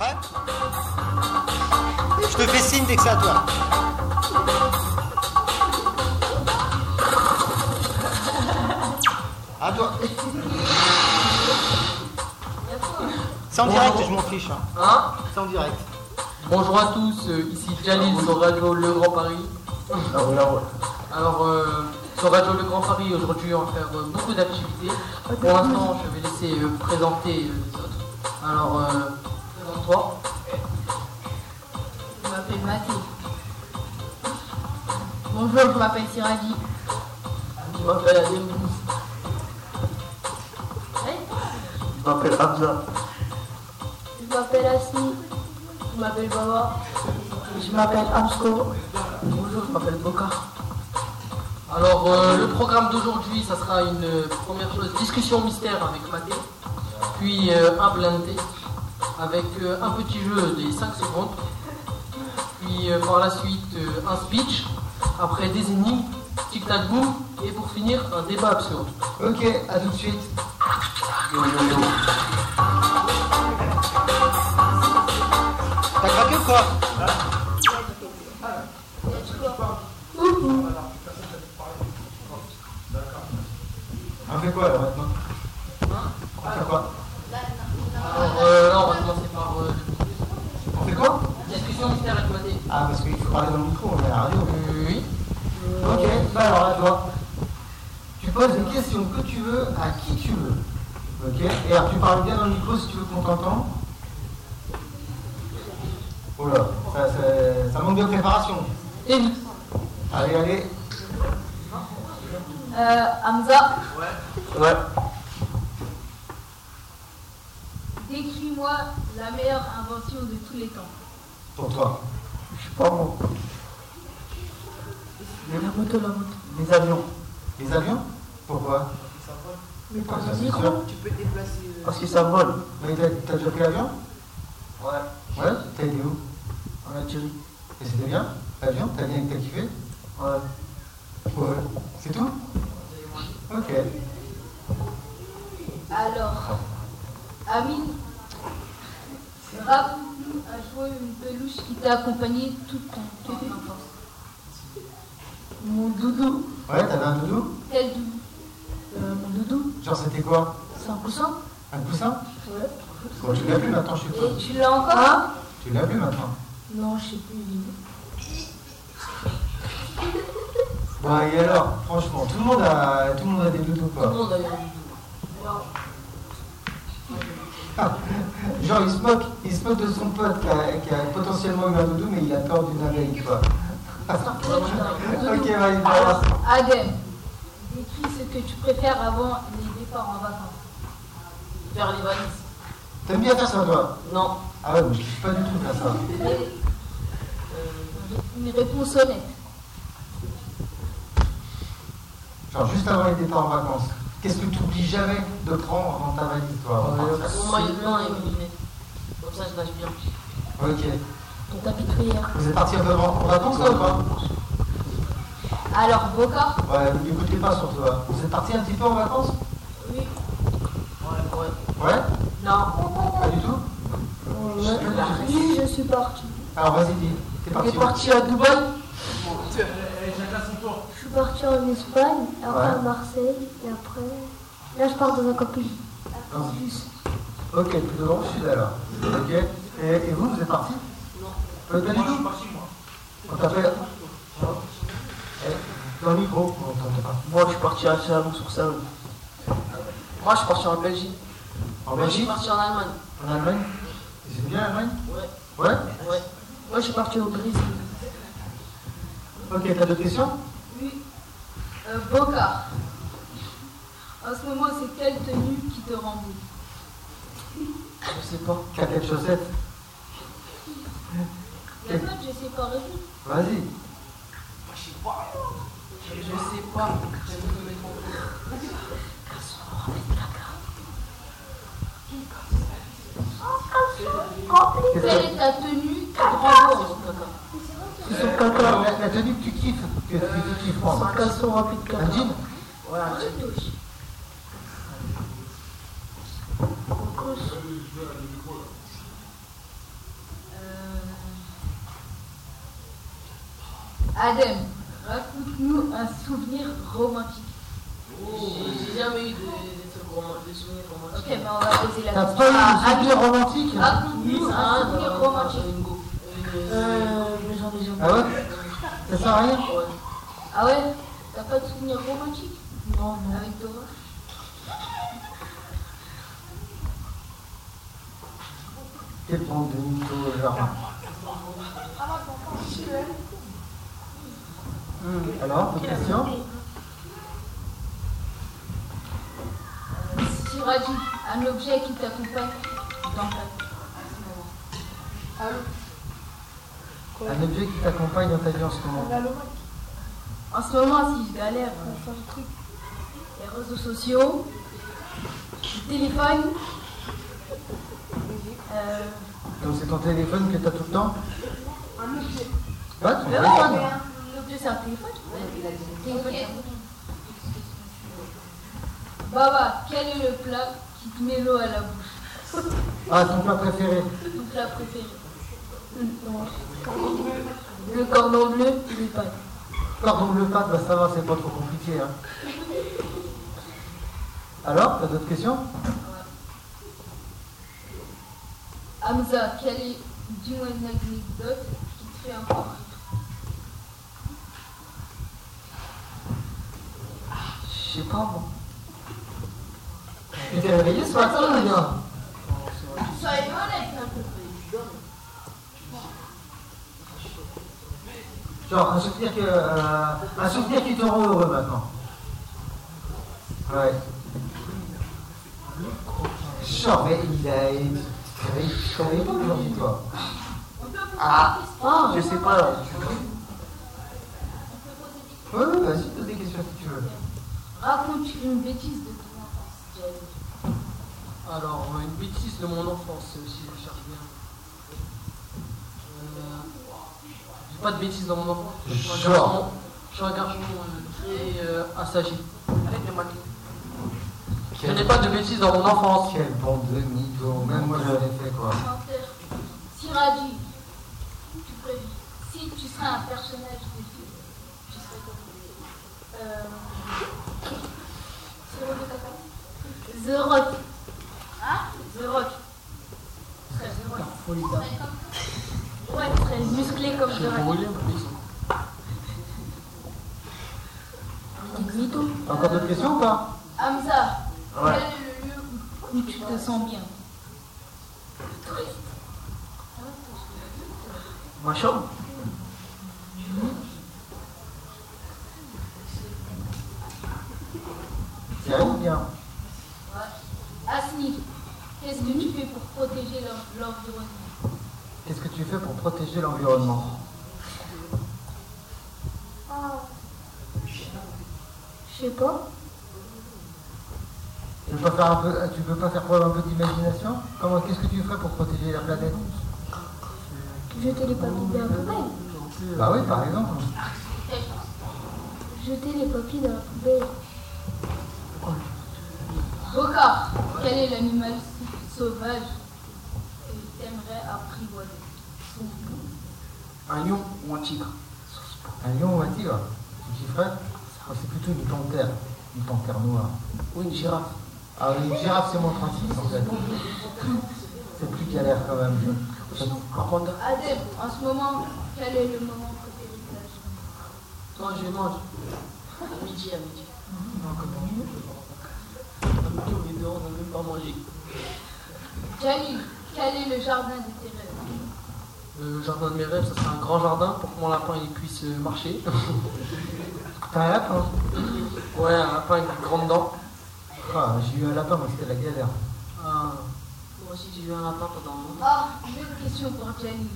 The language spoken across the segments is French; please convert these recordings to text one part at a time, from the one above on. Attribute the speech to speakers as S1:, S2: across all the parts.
S1: Hein Je te fais signe dès que c'est à toi. À toi. C'est en direct, je m'en fiche. hein.
S2: Hein
S1: C'est en direct.
S2: Bonjour à tous, euh, ici Jalil sur Radio Le Grand Paris. Alors, euh, sur Radio Le Grand Paris, aujourd'hui, on va faire euh, beaucoup d'activités. Pour l'instant, je vais laisser euh, présenter euh, les autres. Alors, euh, présente-toi.
S3: Je m'appelle Mathilde. Bonjour, je m'appelle Siradi.
S2: Je m'appelle Adem.
S4: Je m'appelle Hamza.
S3: Je m'appelle Asni. Je m'appelle Baba.
S4: Je m'appelle Amsko.
S2: Bonjour, je m'appelle Boca. Alors, euh, le programme d'aujourd'hui, ça sera une euh, première chose, discussion mystère avec Mathé, puis euh, un blindé, avec euh, un petit jeu des 5 secondes, puis euh, par la suite euh, un speech, après des énigmes, tic-tac-boom, et pour finir, un débat absurde.
S4: Ok, à tout de suite.
S1: T'as craqué ou quoi
S4: On fait quoi là maintenant Hein On fait quoi
S2: Alors euh, là, on va commencer par euh,
S4: On fait quoi
S2: discussion mystère avec Mathé.
S4: Ah, parce qu'il faut parler dans le micro, on est à la radio.
S2: Euh, oui.
S4: Ok, bah alors là, toi, tu poses une question que tu veux à qui tu veux. Ok Et alors tu parles bien dans le micro si tu veux qu'on t'entende. Oh là, ça, ça- ça manque de préparation.
S2: Et oui.
S4: Allez, allez.
S3: Euh, Hamza,
S4: Ouais.
S3: décris-moi la meilleure invention de tous les temps.
S4: Pour toi. Je suis pas bon. Les, la moto, la moto. Les avions. Les avions Pourquoi Mais parce que ça vole.
S5: Tu peux te déplacer. euh,
S4: Parce que ça vole. Mais t'as t'as déjà pris l'avion Ouais. Ouais T'as été où En Algérie. Et c'était bien L'avion T'as bien t'as kiffé Ouais. Ouais. C'est tout Ok.
S3: Alors, Amine, rappelle-nous à jouer une peluche qui t'a accompagné toute ton toute ton enfance.
S6: Mon doudou,
S4: Ouais, t'avais un doudou
S3: Tel doudou.
S6: euh, mon doudou,
S4: Genre c'était quoi
S6: c'est un coussin
S4: Un coussin
S6: Ouais.
S4: Bon, tu l'as plus maintenant, je suis
S3: Et tu l'as encore
S6: Ah
S4: Tu l'as plus maintenant
S6: Non, je sais plus. il-
S4: Bon, et alors, franchement, tout le monde a, tout le monde a des doudous
S2: Tout
S4: quoi.
S2: le monde a eu un doudou.
S4: Genre, il se moque, il se moque de son pote qui a, qui a potentiellement eu un doudou, mais il a peur d'une abeille, quoi. ok, bah, il
S3: Alors,
S4: balance.
S3: Adem, décris ce que tu préfères avant les départs en vacances.
S2: Faire les valises.
S4: T'aimes bien faire ça, toi
S2: Non.
S4: Ah ouais, moi, je kiffe pas du tout faire ça.
S3: euh, Une réponse honnête.
S4: Genre, juste avant les départs en vacances. Qu'est-ce que tu oublies jamais de prendre dans ta valise, toi avant de partir
S2: Au moyen de blanc et mes lunettes. Comme ça, je nage bien.
S4: Ok.
S3: Ton tapis de prière.
S4: Vous êtes parti un peu en en vacances, toi, ou pas
S3: Alors, Boca,
S4: Ouais, vous n'écoutez pas, surtout. hein. Vous êtes parti un petit peu en vacances
S2: Oui. Ouais, ouais.
S4: Ouais
S2: Non.
S4: Pas du tout
S6: Oui, je suis parti.
S4: Alors, vas-y, dis. T'es
S6: On
S4: parti
S6: est
S4: où
S6: parti à Dubaï
S7: Je suis partie en Espagne, après
S4: Ouais.
S7: à Marseille, et après. Là, je pars dans un camping.
S4: Dans le bus. Ok, plutôt dans le sud alors. Ok. Et, et vous, vous êtes parti Non. Pas du tout On t'appelle Eh, Dans le micro, on t'entend pas.
S2: Moi, je suis parti à Chalon sur Saône. Moi, je suis parti en Belgique.
S4: En
S2: Moi, je suis
S4: Belgique
S2: parti en Allemagne.
S4: En Allemagne Et C'est bien l'Allemagne
S2: Ouais.
S4: Ouais
S2: Ouais.
S6: Moi, je suis parti au Brésil.
S4: Ok, t'as d'autres questions
S3: euh, Boca. En ce moment, c'est quelle tenue qui te rend beau
S2: Je sais pas.
S4: Caquette chaussettes
S3: La note, je sais pas répondre.
S4: Vas-y.
S2: Je sais pas. J'aime me mettre en cours.
S4: Qu'est-ce
S3: Quelle
S4: que-
S3: est ta tenue qui te rend beau
S2: Bon, d'accord.
S6: C'est son caca.
S4: la, la tenue que tu kiffes, que, que tu kiffes prendre.
S6: Son caleçon rapide caca.
S4: Un jean
S2: Voilà.
S3: Euh, Adem, raconte-nous un souvenir romantique.
S8: J'ai jamais eu de, de trucs roman- de souvenirs
S3: Oh, Ok,
S8: romantiques.
S3: mais on va poser la
S1: T'as
S3: question.
S1: pas eu de
S3: Ah,
S1: souvenir romantique
S3: Raconte-nous un
S8: Ah,
S3: souvenir
S8: non,
S2: Euh,
S3: romantique.
S8: une go- une-
S9: Euh, mais j'en ai jamais.
S1: Ah ouais Ça sert à rien
S3: Ah ouais T'as pas de souvenir romantique
S9: Non, non.
S3: avec Dora
S1: T'es bon de euh, Nico, genre. Hmm, Alors, d'autres questions
S3: Si tu rajoutes un objet qui t'accompagne dans ta vie à ce moment.
S1: Un objet qui t'accompagne dans ta vie en ce moment.
S3: En ce moment, si je galère euh, sur le truc, les réseaux sociaux, le téléphone, euh,
S1: Donc c'est ton téléphone que t'as tout le temps Un objet. Ouais, ton
S3: le
S1: téléphone.
S3: L'objet, c'est un téléphone. Téléphone, c'est un bouton. Baba, quel est le plat qui te met l'eau à la bouche
S1: Ah, ton plat préféré.
S3: Ton plat préféré Le cordon bleu et les pâtes.
S1: Cordon bleu pâte, bah ça va, c'est pas trop compliqué. hein. Alors, t'as d'autres questions
S3: Hamza, quelle est, dis-moi une anecdote qui te fait encore rire
S1: Je sais pas moi. Tu t'es réveillé ce matin ou bien
S8: Soyez honnête un peu.
S1: Genre un souvenir que. euh, un souvenir qui te rend heureux maintenant. Ouais. Genre, mais il a. il- Tu te réveilles pas aujourd'hui toi Ah Ah Je sais pas. Ouais, ouais, vas-y, pose des questions si tu veux.
S3: Raconte une bêtise de ton enfance. Jael.
S2: Alors, euh, une bêtise de mon enfance, euh, si je cherche bien. Euh, j'ai pas de bêtises dans mon enfance. Je suis un
S1: Genre.
S2: garçon- Je suis un garçon euh, très euh, assagi. Avec les maquettes. Je n'ai pas de bêtises dans mon enfance.
S1: Quelle bande de mythos, même moi je l'ai fait quoi.
S3: Chanteur. Siraju, tu préviens. Si tu serais un personnage de film, tu serais comment euh... Cyrano de Bergerac. The Rock. Hein The Rock. Tu serais The Rock. Ouais, tu serais musclé comme
S2: J'ai
S3: The Rock.
S2: brûlé ma maison.
S3: Mytho.
S1: Encore d'autres questions ou pas
S3: Hamza,
S1: Ouais.
S3: quel est le lieu où tu te sens bien
S1: Ma chambre C'est ou bien
S3: Asni, qu'est-ce que tu fais pour protéger l'en- l'environnement
S1: Qu'est-ce que tu fais pour protéger l'environnement
S10: Je sais pas.
S1: tu peux, pas faire un peu, euh, tu peux pas faire preuve un peu d'imagination Comment Qu'est-ce que tu ferais pour protéger la planète
S10: Jeter les papiers dans la poubelle.
S1: Bah oui, par exemple.
S10: Jeter les papiers dans la poubelle.
S3: Bocard, quel est l'animal sauvage que t'aimerais apprivoiser
S2: Un lion ou un tigre.
S1: Un lion ou un tigre Tu ferais Oh, C'est plutôt une panthère. Une panthère noire.
S2: Ou une girafe.
S1: Ah oui, une girafe, c'est moins 36 en fait. C'est plus galère quand même.
S2: Un panda.
S3: Adem, en ce moment, quel est le moment préféré de la journée
S2: Toi, je mange. Midi à midi. Non, comment À midi, on est dehors, on n'a même pas mangé.
S3: Jalil, quel est le jardin de tes rêves
S2: Euh, Le jardin de mes rêves, ça serait un grand jardin pour que mon lapin il puisse euh, marcher.
S1: T'as un lapin
S2: Ouais, un lapin avec des grandes dents.
S1: Ah, J'ai eu un lapin, mais c'était la galère.
S2: Ah, moi aussi j'ai eu un lapin pendant un moment.
S3: Ah, j'ai une question pour Jalil.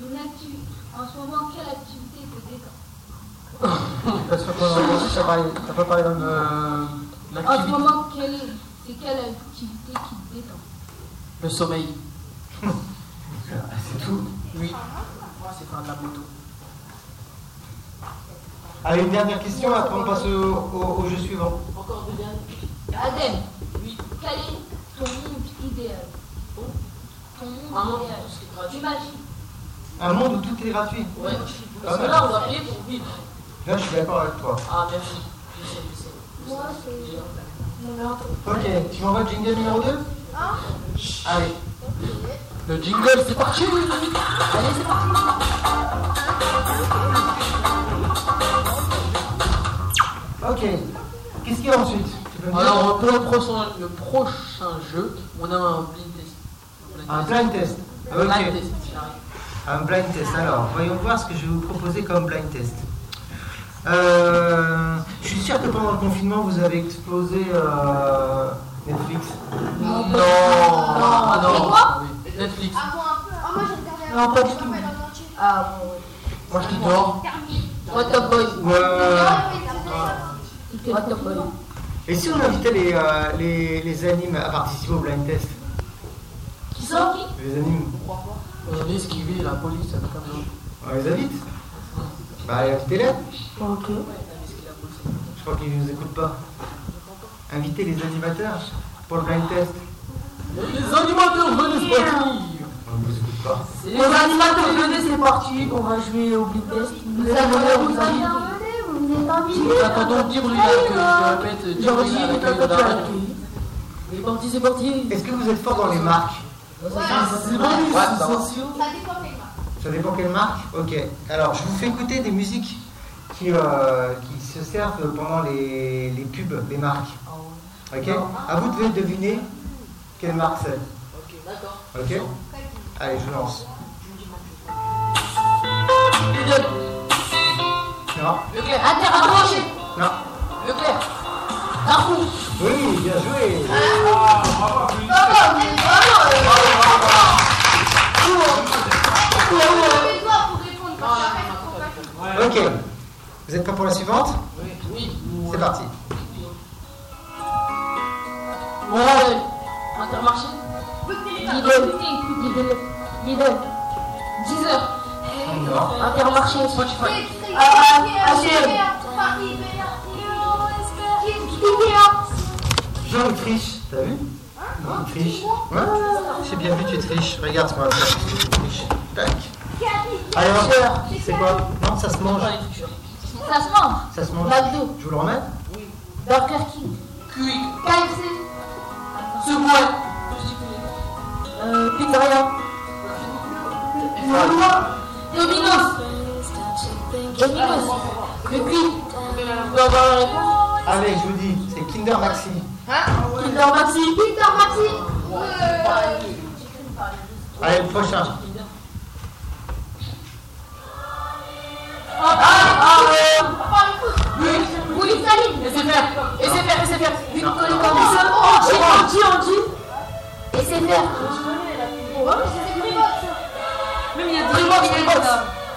S3: Une actu, en ce moment, quelle activité te détend
S1: Je suis pas sûr qu'on a entendu, t'as parlé- t'as pas parlé dans le micro.
S2: Euh,
S3: En ce
S2: l'activité,
S3: moment, quelle est, c'est quelle activité qui te détend
S2: le sommeil.
S1: C'est tout.
S2: Oui. Moi, Ah, c'est faire de la moto.
S4: Allez, une dernière question, après on passe au, au- au jeu suivant.
S8: Encore deux dernières.
S3: Adem,
S8: Oui.
S3: quel est ton monde idéal Ton
S8: Un
S3: monde
S8: monde,
S3: idéal.
S8: tout ce qui est gratuit.
S3: Imagine,
S1: Un monde où tout est gratuit.
S5: Ouais. Parce que là, on va payer pour vivre.
S1: Là, je suis d'accord avec toi.
S5: Ah, merci. Je sais, je sais.
S7: Moi, c'est.
S1: Ok, tu m'envoies le jingle numéro 2
S2: Allez. Le jingle, c'est parti
S1: Ok. Qu'est-ce qu'il y a ensuite Tu peux me dire
S2: Alors, pour le prochain, le prochain jeu, on a un blind test.
S1: Un blind test.
S2: Un blind
S1: Ok.
S2: test, j'arrive.
S1: Un blind test. Alors, voyons voir ce que je vais vous proposer comme blind test. Euh, je suis sûr que pendant le confinement, vous avez explosé euh, Netflix.
S2: Non, non,
S3: C'est quoi
S2: Ah, oui. Netflix.
S11: Avant un peu. Oh, moi j'ai regardé un
S6: Non,
S11: peu,
S6: pas
S11: je me
S6: du tout.
S11: rappelle en entier.
S6: Ah, bon,
S2: Moi,
S6: ouais.
S2: je dors.
S11: Terminé.
S3: What the boy
S1: Ou, euh,
S11: Ah, oui, c'est
S3: euh,
S11: vrai.
S6: Il était pas top, ouais.
S1: et si on invitait les, euh, les, les animes à participer au blind test
S6: Qui ça
S1: Les animes
S2: On est esquivé la police, ça fait comme ça.
S1: On les invite Bah, allez, invitez-les.
S6: Ok.
S1: Je crois qu'ils nous écoutent pas. Invitez les animateurs pour le blind test.
S2: Les animateurs venus se partir
S1: On ne nous écoute pas.
S2: C'est
S6: Les animateurs, venez, c'est parti. On va jouer au blind test. Vous
S2: Les
S6: avez
S2: animateurs,
S6: vous avez
S7: Bienvenue, vous êtes invités.
S2: J'attends donc dire lui là, que je répète, dire
S6: Genre,
S2: lui
S6: j'ai
S2: à
S6: dit,
S2: l'accueil de la radio.
S6: C'est parti, c'est parti.
S1: Est-ce que vous êtes fort dans les marques
S6: C'est bon,
S2: Ouais, ça va.
S11: Ça dépend des marques.
S1: Ça dépend quelle marque Ok. Alors, je vous fais écouter des musiques qui, euh, qui se servent pendant les, les pubs des marques.
S2: Ah
S1: Ok À vous devez deviner quelle marque c'est.
S5: Ok, d'accord.
S1: Ok Allez, je lance. Non
S5: Leclerc.
S3: Interrogé
S1: Non
S5: Leclerc.
S1: Oui, bien joué
S11: Levez le doigt pour répondre parce que après, faut pas que-
S1: Ok. Vous êtes prêts pour la suivante
S5: Oui. Oui.
S1: C'est parti.
S5: Ouais. Intermarché.
S11: Vous le téléphone.
S3: Lidl Lidl Lidl Deezer
S1: Non.
S3: Intermarché
S11: Très,
S3: Spotify
S11: très,
S3: Ah,
S11: Ikea,
S3: ah, HM.
S11: Ikea, Paris, Ikea, Ikea.
S1: Jean, il triche. T'as vu Non, il triche. Ouais, j'ai bien vu, tu triches. Regarde ce qu'on va faire. Tu triches. Tac. Allez, on va faire. C'est quoi Non, ça se mange.
S3: Ça se mange
S1: Ça se mange.
S3: McDo
S1: Je vous le remets
S3: Burger King
S5: Cuic.
S3: KFC
S5: Secoué.
S6: Euh, pizzeria.
S3: Domino's Domino's Le
S5: On
S3: Quick
S5: peut avoir la réponse
S1: Allez, je vous dis, c'est Kinder Maxi.
S6: Kinder Maxi.
S11: Victor Maxi. Euh,
S1: Allez, le prochain.
S3: Poulet saline SFR SFR SFR Victor Andy Oh, Andy Andy SFR
S6: Même il y a
S3: Dreambox Dreambox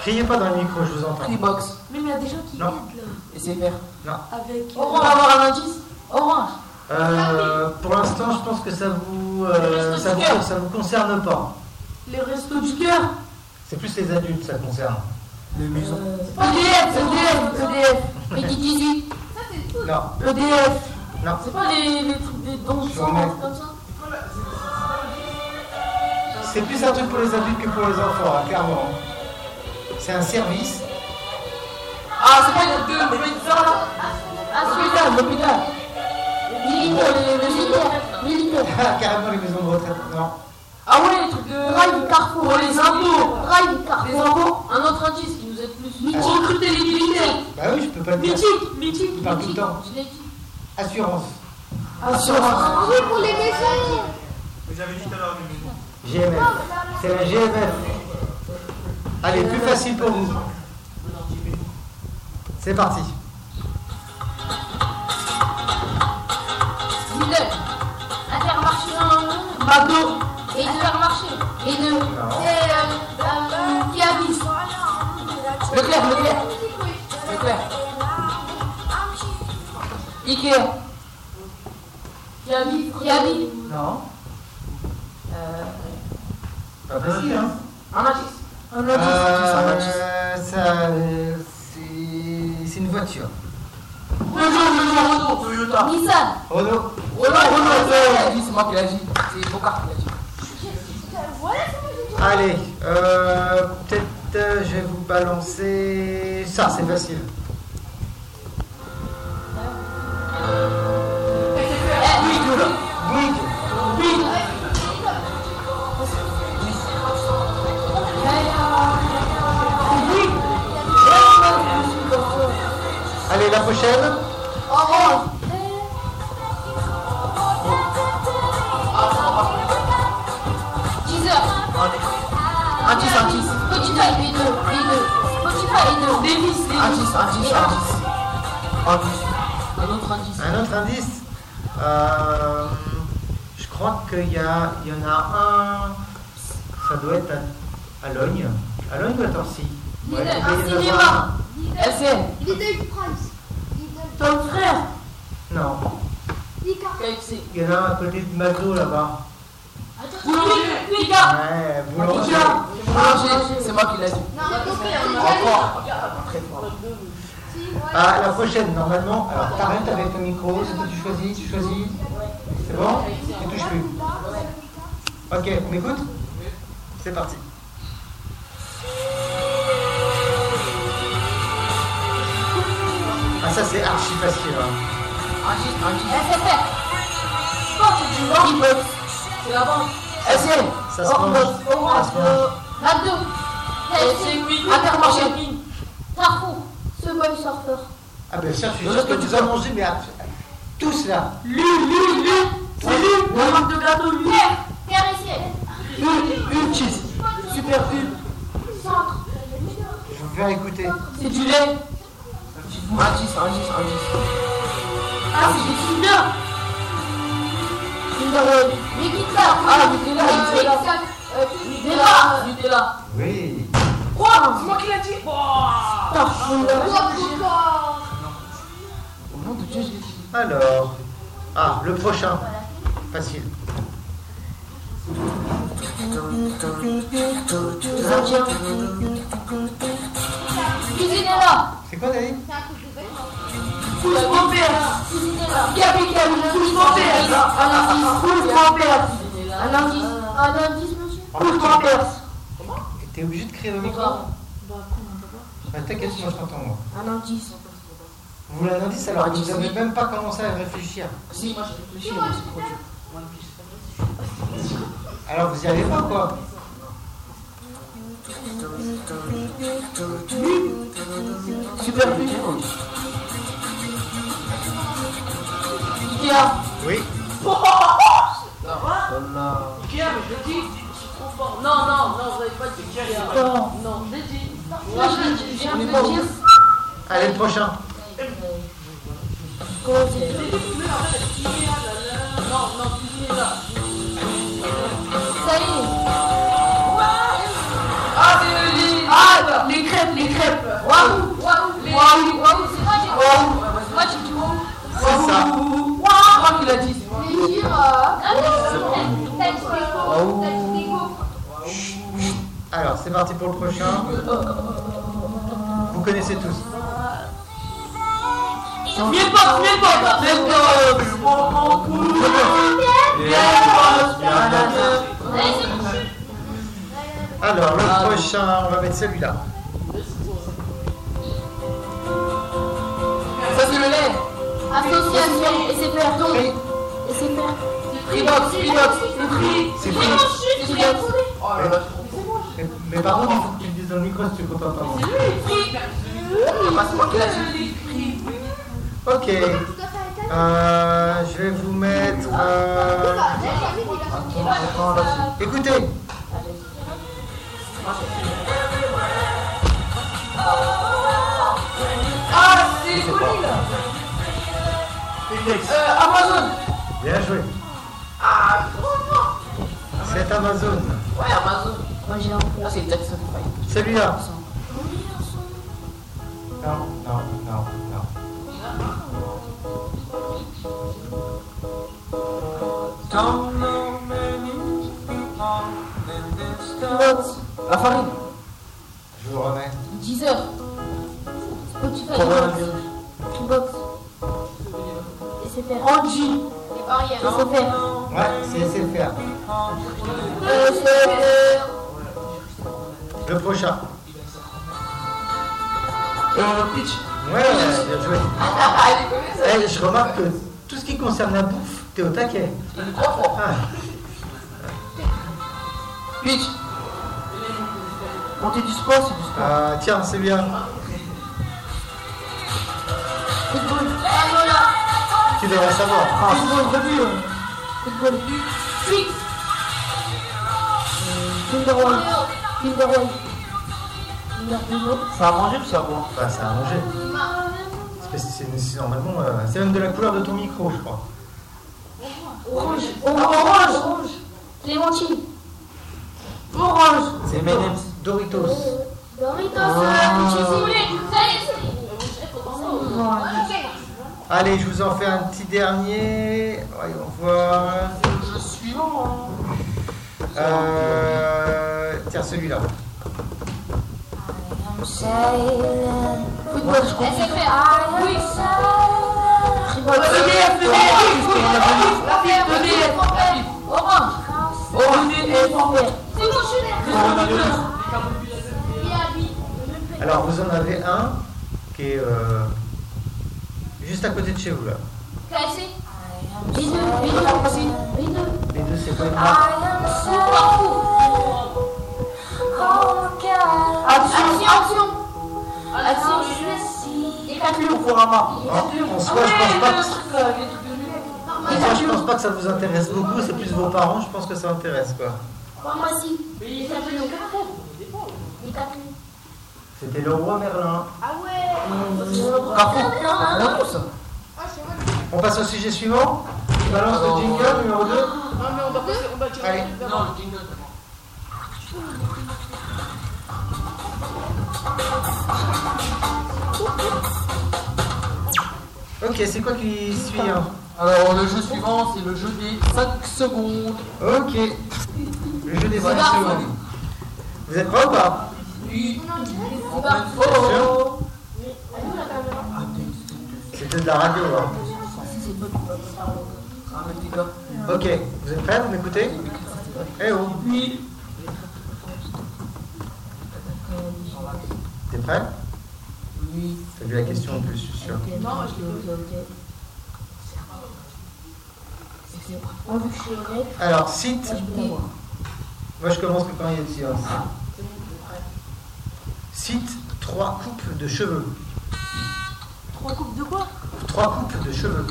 S1: Criez pas dans le micro, je vous entends.
S2: Freebox.
S6: Même il y a des gens qui
S1: Non.
S6: aident là.
S2: Et c'est vert.
S6: Avec.
S3: On va avoir un indice Orange
S1: Euh, pour l'instant, je pense que ça vous, euh, ça vous, ça vous concerne pas.
S6: Les restos du cœur.
S1: C'est plus les adultes, ça concerne.
S3: EDF EDF EDF Petit 18
S11: ça, c'est une food.
S1: Non,
S6: EDF.
S1: non.
S6: C'est pas les, les trucs des dons
S1: Je remets.
S6: comme ça
S1: C'est plus un truc pour les adultes que pour les enfants, hein, clairement. C'est un service.
S5: Ah, c'est pas une deux médecins là
S3: Hôpital Hôpital Militaire Militaire Militaire
S1: Ah, Carrément les maisons de retraite. Non.
S5: Ah ouais, les trucs de.
S3: Drive Carrefour
S5: Pour les impôts.
S3: Drive
S5: Les
S3: Carrefour
S5: impôts. Un autre indice qui nous aide plus.
S3: Mythique Recruter les militaires
S1: Bah oui, je peux pas le dire.
S3: Mythique Mythique
S1: Il parle tout le temps.
S3: Je l'ai dit
S1: Assurance.
S6: Assurance.
S11: Oui, pour les maisons.
S1: GMF. C'est la GMF. Allez, plus facile pour vous. C'est parti.
S3: Lidl Intermarché McDo Et Intermarché Et de
S1: Non.
S3: Et euh Qui habite
S5: Leclerc, Leclerc.
S2: Leclerc.
S3: Ikea Qui habite Qui habite
S1: Non.
S4: Euh,
S1: Pas facile, hein
S5: Un indice.
S6: Un
S1: Euh,
S6: indice. un indice.
S1: ça, euh, c'est c'est une voiture.
S5: Peugeot, Peugeot, Renault.
S2: Ah.
S5: Toyota.
S3: Nissan
S1: Renault.
S5: Renault,
S2: Il a
S5: Renault.
S2: dit, C'est moi qui l'a dit. C'est Bocard qui l'a dit.
S11: Voilà comment j'ai dit.
S1: Allez, euh, peut-être
S4: Ensuite, euh, je vais vous balancer. Ça, c'est facile. Bouygues Bouygues Allez, la prochaine.
S2: Artiste, artiste.
S3: Spotify, les deux, les deux. Spotify, les deux.
S2: Davis, Artiste, artiste, artiste. Artiste. Un autre indice.
S4: Un autre indice. Euh, je crois qu'il y, a- il y en a un. Ça doit être à, à Logne. À Logne ou à Torcy Ouais,
S3: Lidl,
S4: il doit y en
S3: un
S4: avoir
S3: cinéma.
S4: un.
S2: LCN.
S11: Little Price. Little
S12: Ton frère
S4: Non.
S11: Picard.
S1: KFC.
S4: Il y en a un à côté de McDo là-bas.
S12: Boulanger Picard
S4: Ouais, boulanger.
S12: Picard
S2: Boulanger, c'est moi qui l'ai dit.
S11: Non, mais donc, il y en a
S2: Encore.
S11: aussi, ouais.
S4: Ah, la prochaine, normalement. Alors, t'arrêtes avec ton micro. C'est toi, tu choisis. Tu choisis. C'est bon Tu touches plus. Ok, on écoute C'est parti. Ah, ça, c'est archi facile. hein.
S2: Artiste, artiste.
S3: SFR.
S2: Orkibox.
S1: C'est là-bas.
S2: LCN.
S4: Ça se mange.
S2: Orkibox. Orange. euh,
S3: McDo.
S1: C'est
S3: KFC.
S1: Wii.
S2: Intermarché.
S3: Carrefour.
S13: Subway Surfer.
S4: Ah, bien sûr, je suis
S2: Non,
S4: sûr
S2: non,
S4: que
S2: non,
S4: tu
S2: non.
S4: vas manger, mais à- tous là.
S12: Lui, lui, lui C'est lui La marque de gâteau, lui
S3: Terre. Terre et ciel.
S2: Une, une cheese. Super une.
S11: Centre.
S4: Je vais vous faire écouter.
S12: C'est du lait
S2: Artiste, artiste, artiste.
S12: Ah, c'est du Kinder
S2: Kinder
S3: Les guitares.
S2: Ah, Nutella,
S3: Euh,
S2: Nutella.
S3: Nutella.
S1: Nutella.
S4: Oui.
S1: Quoi C'est moi qui l'ai dit Wouah.
S2: Au nom de Dieu, je l'ai dit.
S4: Alors. Ah, le prochain. Facile.
S12: Les Indiens
S3: Cuisinella.
S4: C'est quoi, David
S11: C'est un truc de bête.
S12: Pousse mon père
S3: Cuisinella.
S12: Gabi, Gabi, pousse mon père Un indice, pousse mon père Un indice,
S3: Un indice, monsieur.
S12: pousse mon père
S4: T'es obligé de crier au micro Bah, T'inquiète, moi je t'entends, moi.
S12: Un indice
S4: Vous voulez un indice alors que vous n'avez même pas commencé à réfléchir.
S2: Si, moi je réfléchis, mais c'est trop dur.
S4: Alors vous y allez pas, quoi
S2: Super Pub. Ikea.
S4: Oui.
S2: Voilà.
S1: Ikea, mais je le dis. Je suis trop fort. Non, non, non, vous n'avez pas dit Ikea.
S2: Non.
S1: Non, je l'ai dit.
S3: Moi, je le dis.
S2: On est pas au-
S4: Allez, le prochain.
S1: Je l'ai dit, vous voulez la faire. Ikea, la, la, la, la. Non, non, Cuisinella.
S3: Ça y est.
S1: Ah, c'est le lit.
S12: Ah, les crêpes, les crêpes Waouh
S1: Waouh, les-
S12: Waouh
S3: Waouh, c'est moi, j'ai
S12: Waouh
S3: Moi, j'ai dit waouh.
S4: C'est ça.
S2: C'est moi qui l'a dit, c'est moi.
S3: Les girafes.
S11: Ah non, t'as dit déco. T'as dit déco.
S4: Alors, c'est parti pour le prochain. Vous connaissez tous.
S12: Viens pas, viens pas Viens pas
S4: Alors, le prochain, on va mettre celui-là.
S2: Ça c'est le lait.
S3: Association. Et c'est perdons.
S4: Oui.
S3: Et c'est perdons.
S2: Freebox, Freebox, le prix.
S4: C'est
S3: Mais non,
S4: fini.
S3: chut, j'ai trouvé.
S1: Oh là là, je suis trop
S4: Mais, mais par contre, il faut que tu le dises dans le micro si tu ne peux pas parler.
S2: Ah, c'est moi qui l'a dit.
S4: Ok. Euh, je vais vous mettre. euh, Écoutez.
S1: Ah, c'est les colis là Euh, Amazon
S4: Bien joué. Ah, C'est Amazon.
S2: Ouais, Amazon.
S12: Moi j'ai un
S2: Ah, c'est Jackson Five.
S4: Celui-là. Non, non, non, non.
S2: La farine.
S4: Je vous remets.
S3: Deezer. Spotify.
S2: Coronavirus.
S3: Box. Et c'est perdons.
S12: Angie
S3: Les barrières. Et c'est perdons.
S4: Ouais, c'est SFR.
S3: Euh, c'est.
S4: Le prochain.
S14: euh, pitch.
S4: Ouais, bien joué.
S1: Ah, il est connu, ça.
S4: Eh, je remarque que tout ce qui concerne la bouffe, t'es au taquet.
S1: Il est trop fort.
S4: Ah,
S2: Pitch.
S11: Monter du sport, c'est du sport.
S4: ah, tiens, c'est bien. Tu devrais savoir.
S11: Ah, football, revue. Football.
S3: Six.
S11: Kinderwall. Kinderwall. Kinderwall. Ça a mangé ou ça a bon
S4: Bah, ça a mangé. C'est parce que c'est- c'est normalement. euh, c'est même de la couleur de ton micro, je crois.
S15: Orange. Orange. Orange. Clémentine.
S11: Orange.
S4: C'est Doritos.
S15: Doritos.
S3: euh,
S4: Allez, je vous en fais un petit dernier. Voyons voir.
S2: Je suis bon.
S4: Euh, tiens, celui-là.
S11: Football, je comprends.
S3: Ah,
S11: Football.
S4: Alors, vous en avez un qui est euh, juste à côté de chez vous, là. Les deux, c'est pas une marque. Hein En soi, je pense pas que, en soi, je pense pas que ça vous intéresse beaucoup. C'est plus vos parents, je pense que ça intéresse, quoi. C'était le roi Merlin.
S16: Ah
S4: On passe au sujet suivant. Balance de jingle numéro 2. Allez.
S2: Non, le jingle d'abord.
S4: Ok, c'est quoi qui suit hein
S2: Alors, le jeu suivant, c'est le jeu des 5 secondes.
S4: Ok. Le jeu des cinq secondes. Vous êtes prêts ou pas
S2: Puis, en pleine
S4: Bien
S2: forme.
S4: sûr. C'était de la radio, hein.
S2: Ah, mais t'es gars.
S4: Ok, vous êtes prêts Vous m'écoutez Eh oh
S2: Puis,
S4: T'es prêt
S2: oui.
S4: T'as vu la question en plus, je suis sûr. Alors, cite. Moi, je commence que quand il y a une silence. Cite trois coupes de cheveux.
S11: Trois coupes de quoi
S4: Trois coupes de cheveux.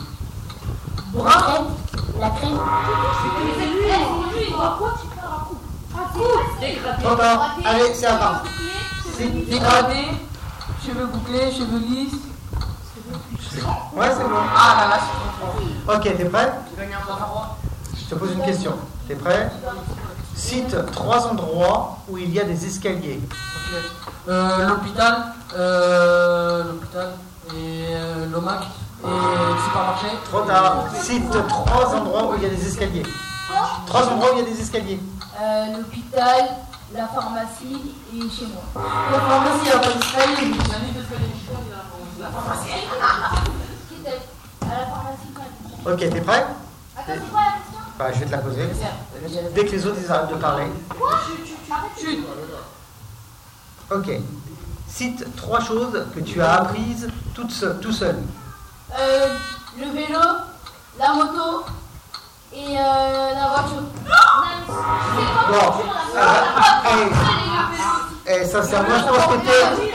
S15: La crème.
S4: Bon, bah, allez, c'est à part. Cite.
S2: Dégradé, cheveux bouclés, cheveux lisses.
S4: Ouais, c'est bon. bah,
S2: Ah là là, je suis trop fort.
S4: Ok, t'es prêt
S2: J'ai gagné un bras.
S4: Je te pose une question. T'es prêt Cite trois endroits où il y a des escaliers.
S2: Ok. Euh, l'hôpital, euh, l'hôpital, et euh, l'OMAC, et le supermarché.
S4: Trop tard. Cite trois endroits où il y a des escaliers. Trois endroits où il y a des escaliers.
S3: Euh, L'hôpital, la pharmacie et chez moi.
S11: La pharmacie, la pâtisserie.
S4: Ok, t'es prêt Bah, je vais te la poser. Dès que les autres ils arrêtent de parler. Ok. Cite trois choses que tu as apprises toute seule- tout seul.
S3: Euh, le vélo, la moto et euh, la voiture.
S4: Bon. Et, ça, c'est moi, je pense que t'es.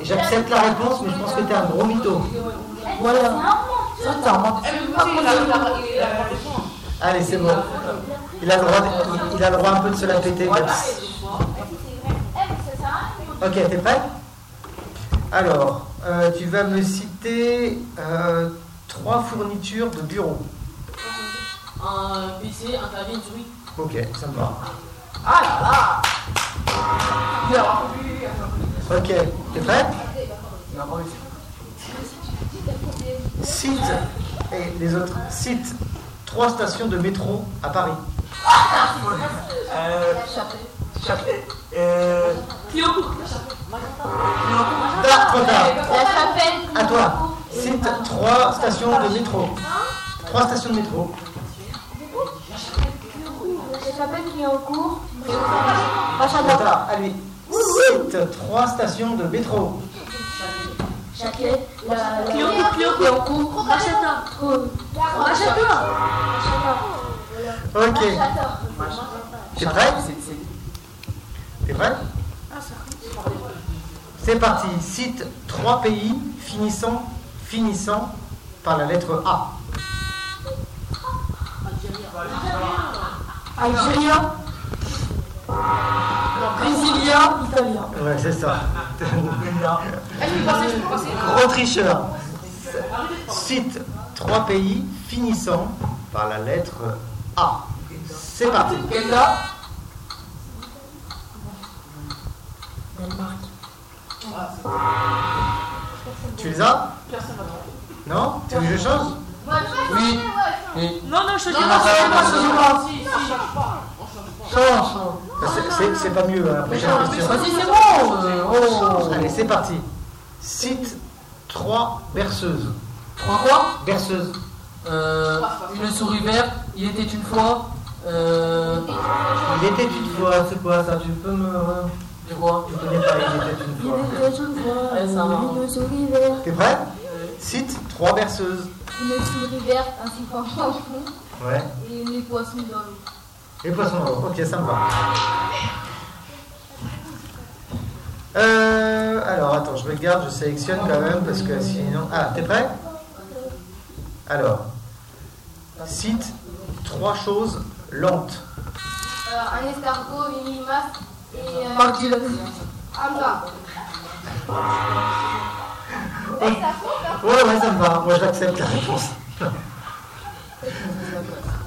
S4: eh, J'accepte la réponse, mais je pense que t'es un gros mytho.
S11: Ça, t'as remonté.
S4: Allez, c'est bon. Il a le droit, de- il a le droit un peu de se la péter. Gaps. Ok, t'es prêt Alors, euh, tu vas me citer euh, trois fournitures de bureau.
S1: Un PC, un clavier, une souris.
S4: Ok, ça me va.
S1: Ah là là
S4: Ok, t'es prêt Cite, et les autres, cite trois stations de métro à Paris.
S14: Euh, Chapelet. Euh,
S4: Ah, trop tard.
S3: La chapelle.
S4: À toi, cite trois stations de métro. Trois stations de métro.
S15: La chapelle qui est en cours.
S4: Trop tard, à lui. Cite trois stations de métro.
S3: Châtelet, la. la-
S17: Clio, Clio,
S3: Cléoncourt, Machata. Euh, Machata.
S4: Ok. T'es prêt T'es prêt C'est parti. Cite trois pays finissant, finissant par la lettre A.
S17: Algérien. Brésilien. Italien. Ah,
S4: Ouais, c'est ça.
S6: passer, je peux passer.
S4: Gros tricheur. Cite trois pays finissant par la lettre A. C'est parti.
S17: Ghana.
S4: Tu les as Non Tu veux que je change
S2: Oui.
S17: Non, non, je
S6: Non, non, c'est pas, c'est pas. Si, si,
S2: Change.
S4: Ça, c'est- c'est- C'est pas mieux, hein, la prochaine question.
S2: Vas-y, Bah, c'est bon. euh, oh.
S4: Allez, c'est parti. Cite trois berceuses.
S2: Trois quoi
S4: Berceuses.
S2: Euh, une souris verte, il était une fois. Euh,
S4: Il était une fois, c'est quoi ça Tu peux me.
S2: je vois.
S4: Je connais pas, il était une fois.
S3: Il était une fois
S2: Ouais, ça va.
S3: une souris verte,
S4: T'es prêt Cite trois berceuses.
S3: une souris verte, ainsi qu'un poisson
S4: Ouais.
S3: et les poissons dans l'eau.
S4: Les poissons dans l'eau. Ok, ça me va. Euh, alors, attends, je regarde, je sélectionne quand même parce que sinon. Ah, t'es prêt Alors, cite trois choses lentes.
S11: Euh, un escargot, une limace et euh,
S17: Marc Dylan.
S11: un gars.
S4: Ouais, ouais, ça me va. Moi, j'accepte la réponse.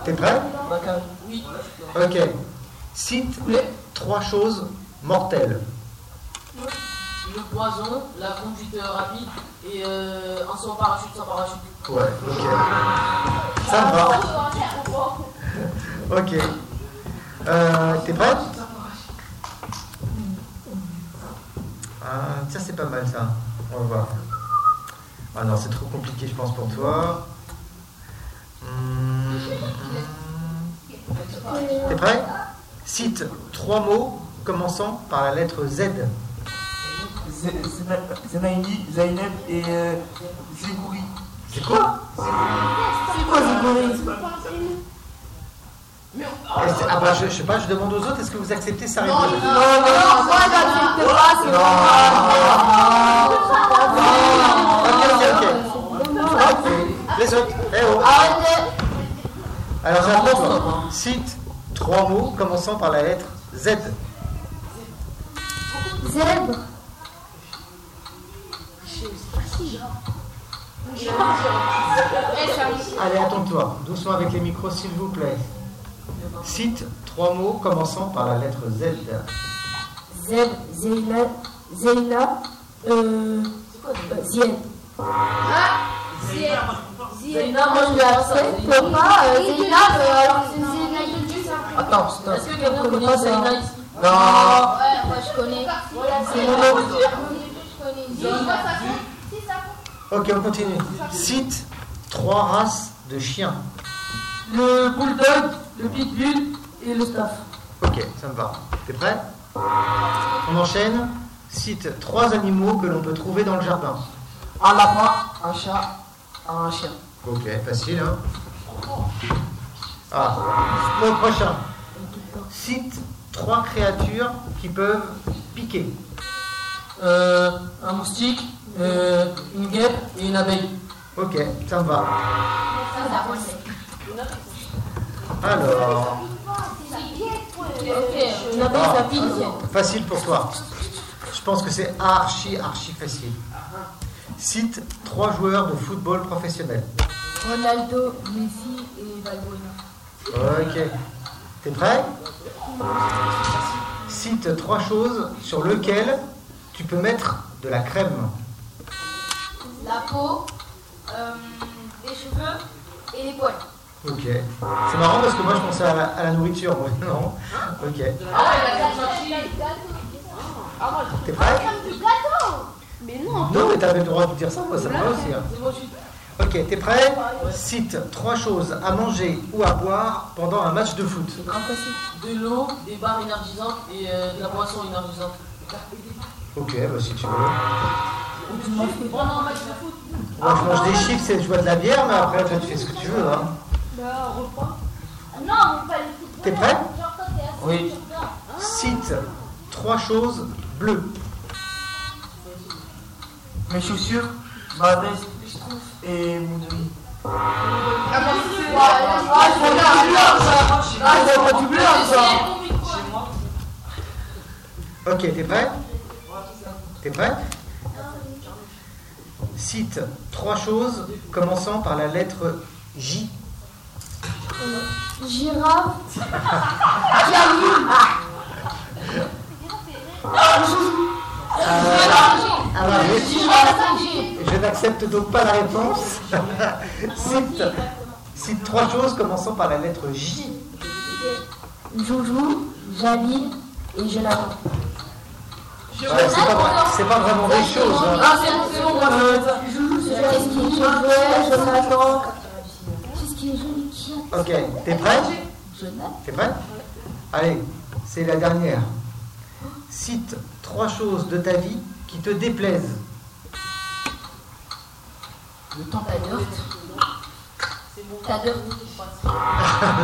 S4: T'es prêt
S2: Maca- Oui.
S4: Ok. Cite trois choses mortelles.
S6: Le poison, la conduite euh, rapide et euh, un sans parachute, sans parachute.
S4: Ouais, ok. Ça me va. Ok. Euh, T'es prêt Ah, Tiens, c'est pas mal ça. On va voir. Ah non, c'est trop compliqué, je pense, pour toi. Hum, hum. T'es prêt Cite trois mots commençant par la lettre Z.
S18: Zenaini, Zainab et euh, Zegouri.
S4: C'est quoi
S17: C'est quoi ce bruit
S4: Est-ce- Ah bah, je, je sais pas, je demande aux autres, est-ce que vous acceptez ça
S6: Non,
S4: réponse
S6: non,
S17: Non, moi j'accepte pas, c'est
S4: Ok, ok, ok. Ok, Les autres. Eh oh. Alors c'est à toi. Cite trois mots commençant par la lettre Z.
S3: Zèbre,
S4: Allez, attends-toi. Doucement avec les micros, s'il vous plaît. Cite trois mots commençant par la lettre Z.
S3: Zèbre, Zeyna, Zeyna, euh, euh, Zienne.
S6: Zéna, moi
S3: Moi,
S6: je
S3: je
S6: vais accepter.
S3: l'accepte
S11: Ah,
S3: pas, euh, Zeyna, euh, alors que c'est Zeyna.
S2: Attends, stop.
S6: Est-ce que quelqu'un connaît Zéna ici
S2: Non.
S11: Ouais, moi je connais.
S6: C'est mon nom.
S4: Ok, on continue. Cite trois races de chiens.
S2: Le bulldog, le pitbull et le staff.
S4: Ok, ça me va. T'es prêt On enchaîne. Cite trois animaux que l'on peut trouver dans le jardin.
S2: Un lapin, un chat, un chien.
S4: Ok, facile, hein Ah, le prochain. Cite trois créatures qui peuvent piquer.
S2: Euh, un moustique, euh, une guêpe et une abeille.
S4: Ok, ça me va. Alors,
S17: Une abeille, ça pique.
S3: Ah.
S4: facile pour toi. Je pense que c'est archi, archi facile. Cite trois joueurs de football professionnel.
S3: Ronaldo, Messi et Valbuena.
S4: Ok. T'es prêt Cite trois choses sur lesquelles tu peux mettre de la crème.
S11: La peau, euh, les cheveux et les poils.
S4: Ok. C'est marrant parce que moi je pensais à la, à la nourriture, moi. Non. Ok.
S3: Ah,
S4: T'es
S5: Ah,
S4: prêt Non, mais t'avais le droit de dire ça, moi ça me va aussi. hein. Ok, t'es prêt Cite trois choses à manger ou à boire pendant un match de foot.
S6: De l'eau, des barres énergisantes et euh, de la boisson énergisante.
S1: Ok, bah si tu veux.
S5: Pendant un match de foot.
S1: Moi, je mange des chips et je bois de la bière, mais après, toi, tu fais ce que tu veux. Hein.
S11: Bah, on reprend. Non, mais pas les footballeurs.
S1: T'es prêt
S11: Genre, quand t'es assis,
S1: Oui.
S11: tu regardes.
S1: Cite trois choses bleues.
S19: Mes chaussures, ma veste et mon demi.
S5: Ah, mais c'est-
S6: Ah, c'est pas du blanc, ça. Ah, c'est pas du blanc, ça.
S5: Chez moi.
S1: Ok, t'es prêt T'es prêt Cite trois choses commençant par la lettre J.
S7: Euh, Girafe. Camille.
S1: Alors,
S7: Girafe.
S1: je n'accepte donc pas la réponse. cite, cite trois choses commençant par la lettre J.
S7: Joujou, Jalil et Jonathan.
S1: Ouais, Euh, c'est, pas, vra- c'est pas vraiment des choses. hein.
S7: Ah, c'est bon, moi,
S6: Euh,
S7: je vois ça. Joujou, c'est Qu'est-ce qui joue Ouais, Jonathan. Qu'est-ce qui joue qui a-
S1: Ok, t'es prêt
S7: Jonathan.
S1: T'es prêt Allez, c'est la dernière. Cite trois choses de ta vie qui te déplaisent.
S7: Le temps pas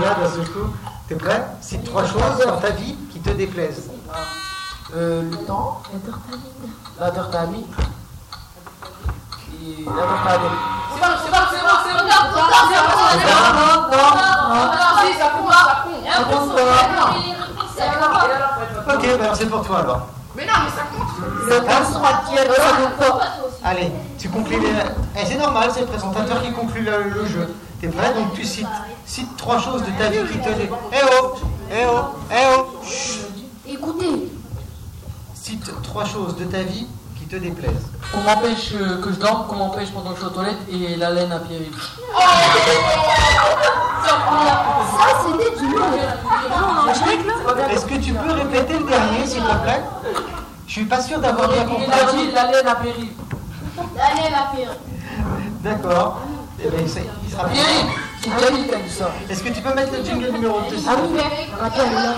S1: Là, d'un seul coup, t'es prêt Cite trois choses dans ta vie qui te déplaisent.
S2: Euh, le temps, la tartamine et la tartamine.
S5: C'est bon, c'est bon, c'est bon, c'est bon. Regarde, regarde, regarde, regarde,
S2: Non, non, non,
S5: regarde,
S3: Ah,
S5: regarde, si, ça compte, ça compte.
S2: Ça compte pas.
S5: Et alors, et alors, ouais,
S1: Ok, bah alors c'est pour toi alors.
S5: Mais non, mais ça compte.
S1: Le pinceau à qui elle va
S5: Pourquoi toi aussi
S1: Allez, tu conclus. les- Eh, c'est normal, c'est le présentateur qui conclut le, le jeu. T'es prêt Donc tu cites, cites trois choses de ta vie qui te déplaisent. Eh oh Eh oh Eh oh Chut.
S7: Écoutez,
S1: Cite trois choses de ta vie qui te déplaisent.
S2: Qu'on m'empêche euh, que je dorme, qu'on m'empêche pendant que je suis aux toilettes et la laine à Pierre.
S7: ça c'était du lourd.
S1: Est-ce que tu peux répéter le dernier, s'il te plaît Je suis pas sûr d'avoir
S2: Il
S1: bien
S2: a dit
S1: compris.
S2: la laine à Pierre.
S3: Allez, la pire.
S1: D'accord. Eh ben, ça- il sera bien.
S2: Pierre, c'est déjà dit, t'as dit ça.
S1: Est-ce que tu peux mettre le jingle numéro 2
S7: Ah oui, Raquel, là.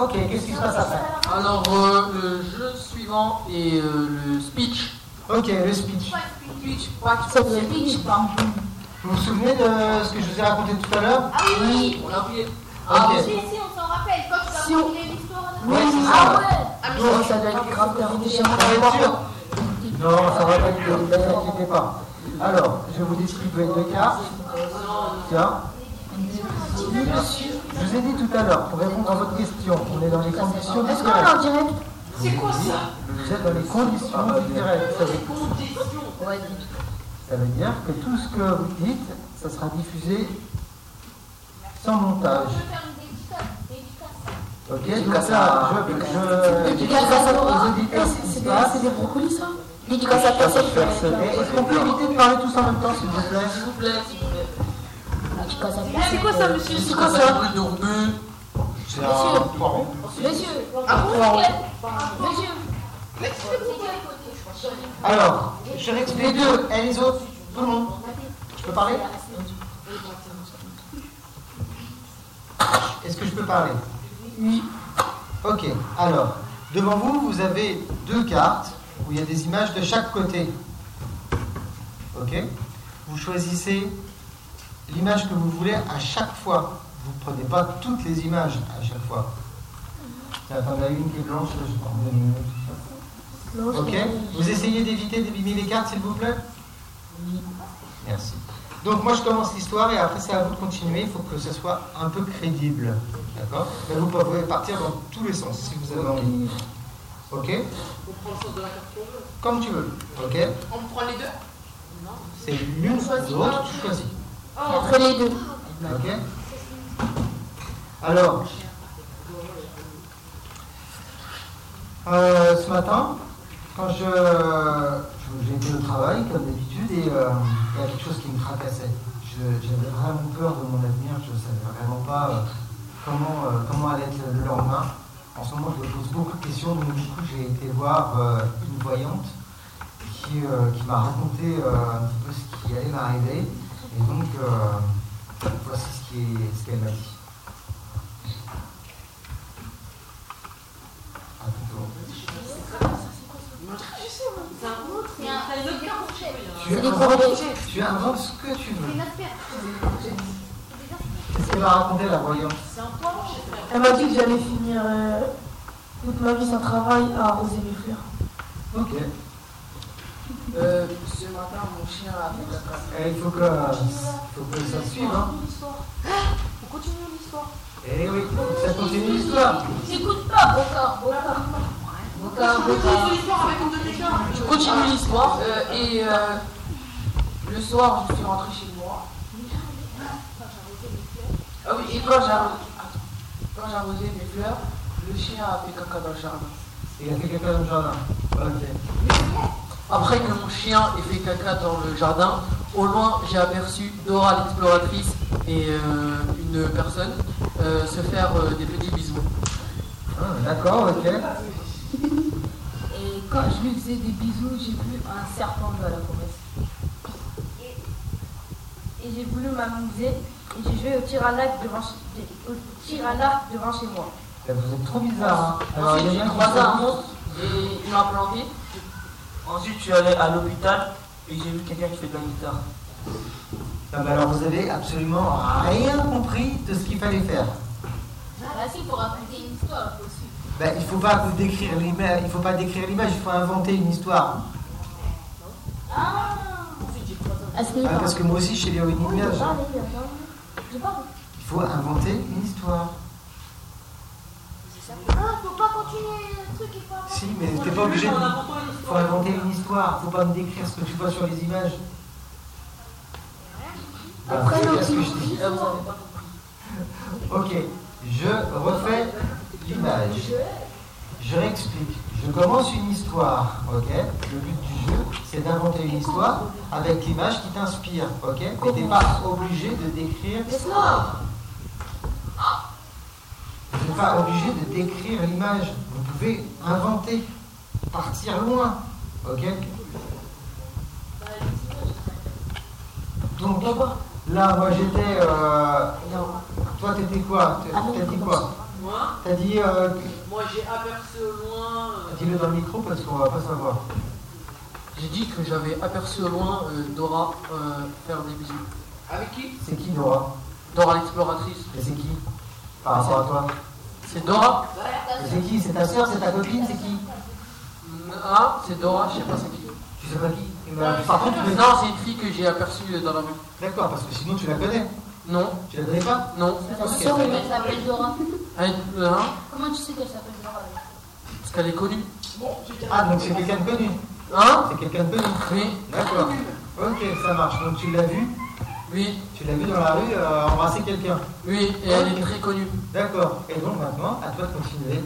S1: Ok, qu'est-ce qui se passe après
S2: Alors, euh, le jeu suivant est euh, le speech.
S1: Ok, le speech.
S5: Twitch, pas
S7: Ça vous pique pas.
S1: Vous vous souvenez de ce que je vous ai raconté tout à l'heure
S11: Ah oui, oui.
S5: on l'a oublié.
S16: Ah,
S1: Ok.
S11: Si, si, on s'en rappelle. Quand tu vas
S7: Si on-
S11: continuer l'histoire, là.
S1: Ouais, c'est
S11: Ah
S1: ça.
S11: ouais.
S7: Donc, ça doit être grave terrifiant.
S1: Ça va être dur. Non, ça va pas être dur, ne vous inquiétez pas. Alors, je vous distribuer deux cartes. Tiens.
S4: Je vous ai dit tout à l'heure, pour répondre à votre question, on est dans les conditions du
S7: Est-ce qu'on est en direct
S5: C'est quoi ça
S4: Vous êtes dans les conditions du direct. Ça veut, ça veut dire que tout ce que vous dites, ça sera diffusé sans montage.
S11: Je veux faire une dédicace. Dédicace.
S4: Ok, donc là, je,
S1: Euh,
S4: je, je,
S7: Dédicace à toi.
S6: hein.
S4: aux auditeurs ce qui se passe.
S7: C'est des brocolis, ça Dédicace à toi, c'est
S4: Personne. Et Est-ce qu'on peut éviter de parler tous en même temps, s'il vous plaît
S2: S'il vous plaît, s'il vous plaît.
S7: Dédicace à toi.
S5: C'est quoi ça, monsieur
S2: C'est quoi ça Bruno Urbain
S4: C'est un poireau.
S7: Monsieur,
S3: Ah
S7: monsieur.
S1: Alors, je réexplique. Les deux, et les autres, tout le monde. Je peux parler Est-ce que je peux parler Oui. Ok, alors, devant vous, vous avez deux cartes où il y a des images de chaque côté. Ok Vous choisissez l'image que vous voulez à chaque fois. Vous ne prenez pas toutes les images à chaque fois.
S4: Tiens, T'en as une qui est blanche, je prends deux minutes.
S1: Ok Vous essayez d'éviter d'abîmer les cartes, s'il vous plaît Merci. Donc moi je commence l'histoire et après c'est à vous de continuer, il faut que ça soit un peu crédible. D'accord Mais vous pouvez partir dans tous les sens si vous avez envie. Ok Comme tu veux. Ok
S5: On prend les deux
S1: C'est l'une ou l'autre, tu choisis.
S7: Entre les deux.
S1: Ok Alors, euh, ce matin, quand je, je- j'ai été au travail, comme d'habitude, et euh, il y a quelque chose qui me tracassait. Je- J'avais vraiment peur de mon avenir, je ne savais vraiment pas euh, comment, euh, comment allait être le lendemain. En ce moment, je me pose beaucoup de questions, donc du coup, j'ai été voir euh, une voyante qui qui, euh, qui m'a raconté euh, un petit peu ce qui allait m'arriver. Et donc, euh, voici ce qui est- ce qu'elle m'a dit. À bientôt.
S11: C'est un- c'est un autre projet.
S1: Tu inventes, tu inventes ce que tu veux.
S11: C'est une affaire.
S1: Qu'est-ce qu'elle m'a raconté, la voyante
S6: Elle m'a dit que j'allais finir euh, toute ma vie sans travail à arroser mes fleurs.
S1: Ok.
S5: Euh, ce matin, mon chien a fait la casse.
S1: Eh, Il faut que, faut que ça se suive. Hein.
S5: On continue l'histoire.
S1: Eh oui, ça continue l'histoire.
S3: J'écoute pas, Bocard, Bocard.
S5: Bocard, Bocard. Je continue l'histoire. euh, et euh, le soir, je suis rentré chez moi. Ah oui, et quand j'ai quand j'ai arrosé mes fleurs, le chien a fait caca dans le jardin.
S1: Il a fait quelqu'un dans le jardin. Ok.
S2: Après que mon chien ait fait caca dans le jardin, au loin j'ai aperçu Dora l'exploratrice et euh, une personne euh, se faire euh, des petits bisous.
S1: Ah, D'accord, ok.
S16: Et quand je lui faisais des bisous, j'ai vu un serpent dans la promesse. Et j'ai voulu m'amuser et j'ai joué au tir à l'arc devant, chez- au tir à l'arc devant chez moi.
S1: Eh, Vous êtes trop bizarre. Hein.
S2: Euh,
S1: Alors, il
S5: Ensuite,
S1: y
S5: j'ai
S1: en a qui
S5: croisé un
S1: sont-
S5: monstre et il m'a planté.
S19: Ensuite, je suis allé à l'hôpital et j'ai vu quelqu'un qui fait de la guitare.
S1: Ah, bah, alors, vous avez absolument rien compris de ce qu'il fallait faire.
S16: Ah,
S11: Bah si, pour raconter une histoire, il faut suivre.
S1: Ben, il faut pas vous décrire l'image, il faut pas décrire l'image, il faut inventer une histoire.
S16: Est-ce que
S1: Ah, parce que moi aussi, je sais lire une image. Il faut inventer une histoire.
S11: Ah, faut pas continuer le truc, il faut arrêter.
S1: Si, mais t'es pas obligé de. Faut inventer une histoire, faut pas me décrire ce que tu vois sur les images. Bah, c'est bien ce que je dis.
S5: Là, vous avez pas
S1: Ok, je refais l'image. Je réexplique. Je commence une histoire, ok Le but du jeu, c'est d'inventer une histoire avec l'image qui t'inspire, ok Mais t'es pas obligé de décrire. Vous n'êtes pas obligé de décrire l'image. Vous pouvez inventer, partir loin, ok Donc, là, moi j'étais. euh, Toi, t'étais quoi T'as dit quoi
S5: Moi,
S1: T'as dit. euh,
S5: moi j'ai aperçu au loin. euh,
S1: Dis-le dans le micro parce qu'on va pas savoir.
S2: J'ai dit que j'avais aperçu au loin euh, Dora euh, faire des bisous.
S5: Avec qui
S1: C'est qui Dora
S2: Dora l'exploratrice,
S1: Et c'est qui Par rapport à toi
S2: c'est Dora
S1: Et C'est qui C'est ta soeur C'est ta copine C'est qui
S2: Ah, c'est Dora, je sais pas c'est qui. Euh,
S1: Tu sais pas qui Eh ben, Par contre, tu le
S2: Non, c'est une fille que j'ai aperçue euh, dans la rue.
S1: D'accord, parce que sinon tu la connais.
S2: Non,
S1: Tu la connais pas
S2: non.
S7: Ta sœur, elle s'appelle Dora.
S2: Elle- euh, hein,
S7: Comment tu sais qu'elle s'appelle Dora
S2: parce qu'elle est connue.
S1: Ah, donc c'est quelqu'un de connu.
S2: Hein
S1: C'est quelqu'un de connu.
S2: Oui,
S1: D'accord. Ok, ça marche. Donc tu l'as vu
S2: oui,
S1: Tu l'as vu dans la rue euh, embrasser quelqu'un.
S2: oui, et elle est très connue.
S1: D'accord. Et donc maintenant, à toi de continuer.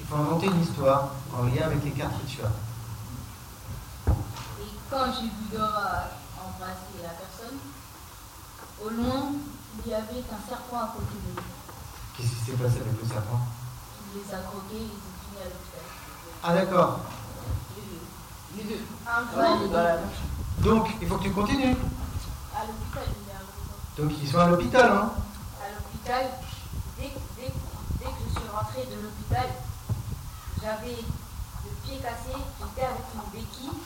S1: Il faut inventer une histoire en lien avec les cartes que tu as.
S16: Et quand j'ai vu Dora embrasser la personne, au loin, il y avait un serpent à côté de lui.
S1: Qu'est-ce qui s'est passé avec le serpent
S16: Il les a croqués, ils ont fini à l'hôpital.
S1: Ah d'accord.
S5: Les deux.
S16: Un
S5: Ouais,
S16: jour,
S5: les deux dans la même.
S1: Donc, il faut que tu continues.
S16: à l'hôpital, il est arrivé.
S1: Donc ils sont à l'hôpital, hein
S16: À l'hôpital, dès, dès- dès que je suis rentrée de l'hôpital, j'avais le pied cassé, j'étais avec une béquille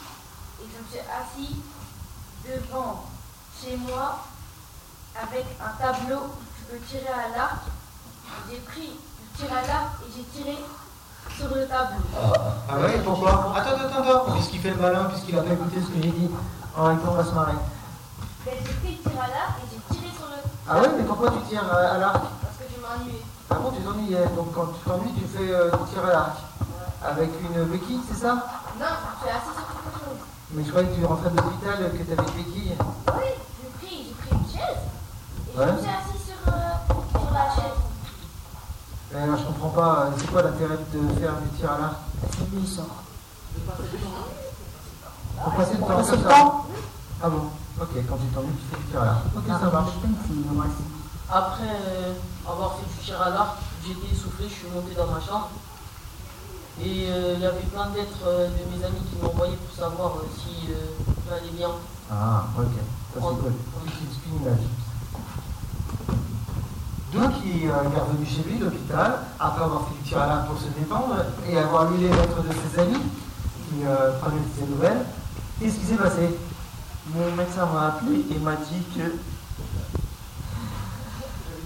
S16: et je me suis assis devant chez moi avec un tableau où tu peux tirer à l'arc. J'ai pris le tir à l'arc et j'ai tiré sur le tableau.
S1: Ah ouais, et pourquoi Attends, attends, attends, puisqu'il fait le malin, puisqu'il a pas écouté ce que j'ai dit. En même temps, on va se marrer.
S16: Ben, J'ai pris le tir à l'arc et j'ai tiré sur le
S1: Ah ouais, mais pourquoi tu tires euh, à l'arc
S16: parce que je m'ennuyais.
S1: Ah bon, tu t'ennuyais. Donc quand tu t'ennuies, tu fais euh, du tir à l'arc. Avec une béquille, c'est ça
S16: Non, je suis assise sur quelque chose.
S1: Mais je croyais que tu rentrais de l'hôpital, euh, que t'avais une béquille.
S16: Oui, j'ai pris, j'ai pris une chaise et
S1: Ouais.
S16: je me suis assise sur, euh, sur la chaise.
S1: Mais Eh, alors je comprends pas, euh, c'est quoi l'intérêt de faire du tir à l'arc Pour passer le temps
S6: passer
S1: comme
S6: le
S1: ça.
S6: temps. Ah,
S1: Ah bon Ok, quand tu t'ennuies, tu fais du tir à l'arc. Ok, ça marche.
S5: Après euh, avoir fait du tir à l'arc, j'étais essoufflé, je suis monté dans ma chambre. Et euh, il y avait plein d'êtres euh, de mes amis qui m'ont envoyé pour savoir euh, si euh, j'allais bien.
S1: Ah, ok. Ça, c'est cool. Une image. Donc, il, euh, il est revenu chez lui, l'hôpital, après avoir fait du tir à l'arc pour se détendre et avoir lu les lettres de ses amis qui euh, prenaient de ses nouvelles. Qu'est-ce qui s'est passé
S19: Mon médecin m'a appelé et m'a dit que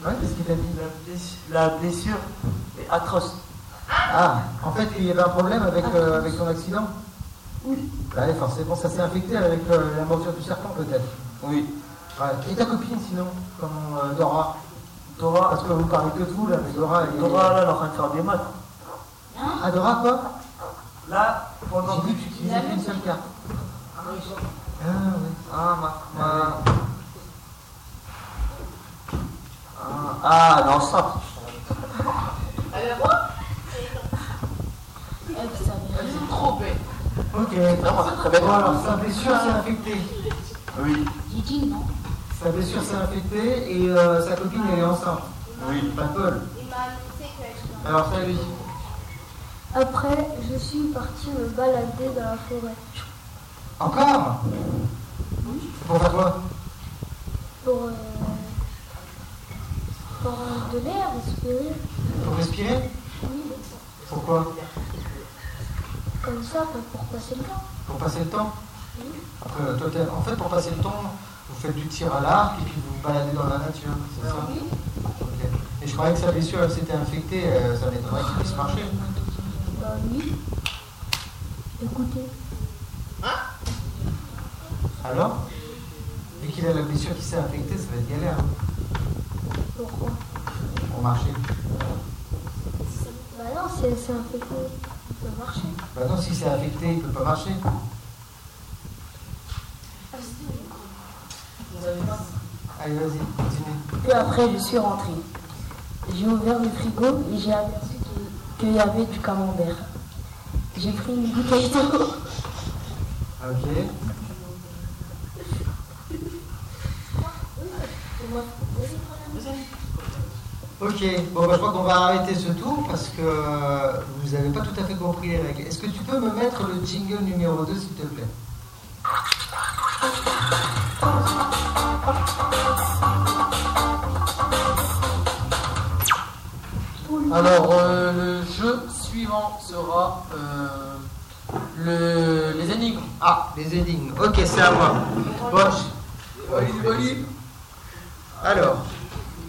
S1: Ouais, qu'est-ce qu'il a dit
S19: la blessure, la blessure est atroce.
S1: Ah, en fait, il y avait un problème avec, euh, avec son accident Bah Oui. Ouais, forcément, ça s'est infecté avec euh, la morsure du serpent, peut-être.
S19: Oui.
S1: Ouais. Et ta copine, sinon Comment, euh, Dora Dora Parce que vous parlez que de vous, là, mais Dora, elle est...
S19: Dora, là, elle est en train de faire des maths.
S1: Ah, Dora, quoi
S19: Là, pendant que
S1: J'ai dit que tu utilisais qu'une seule carte. Ah, ouais.
S19: Ah, ma... ma- Ah, ah, non, ça.
S5: Trop bête.
S1: Ok.
S19: Vraiment, c'est bah, très bête.
S1: Bon, alors, sa blessure s'est infectée.
S19: Oui,
S7: Gigi, non
S1: Sa blessure s'est infectée et euh, sa copine, elle est enceinte.
S19: oui.
S1: Pas de bol.
S11: Il m'a annoncé que je dois-
S1: Alors, salut.
S7: Après, je suis partie me balader dans la forêt
S1: Encore Pour faire quoi
S7: pour, euh, pour avoir de l'air, respirer.
S1: Pour respirer
S7: Oui,
S1: Pourquoi
S7: comme ça, pour, pour passer le temps.
S1: Pour passer le temps
S7: Oui.
S1: Après, euh, toi, t'es- En fait, pour passer le temps, vous faites du tir à l'arc et puis vous vous baladez dans la nature, c'est
S11: Ah
S1: ça
S7: Oui.
S1: Ok. Et je croyais que sa blessure elle s'était infectée, euh, ça m'étonnerait qu'il puisse marcher.
S7: Bah oui. Écoutez,
S1: Alors Vu qu'il a la blessure qui s'est infectée, ça va être galère hein.
S7: pourquoi
S1: pour marcher.
S7: Bah non, c'est c'est infecté. Ça peut marcher. Ah,
S1: Bah non, si c'est infecté, il peut pas marcher. Allez, vas-y, continue.
S6: Puis après, je suis rentrée. J'ai ouvert le frigo et j'ai aperçu qu'il- qu'il y avait du camembert. J'ai pris une bouteille d'eau.
S1: Ah, Ok. Ok, bon, bah, je crois qu'on va arrêter ce tour parce que euh, vous n'avez pas tout à fait compris les règles. Est-ce que tu peux me mettre le jingle numéro 2, s'il te plaît
S2: Alors, euh, le jeu suivant sera euh, le, les énigmes.
S1: Ah, les énigmes. Ok, c'est à moi. Bon, je-
S2: Olive, Olive.
S1: Alors,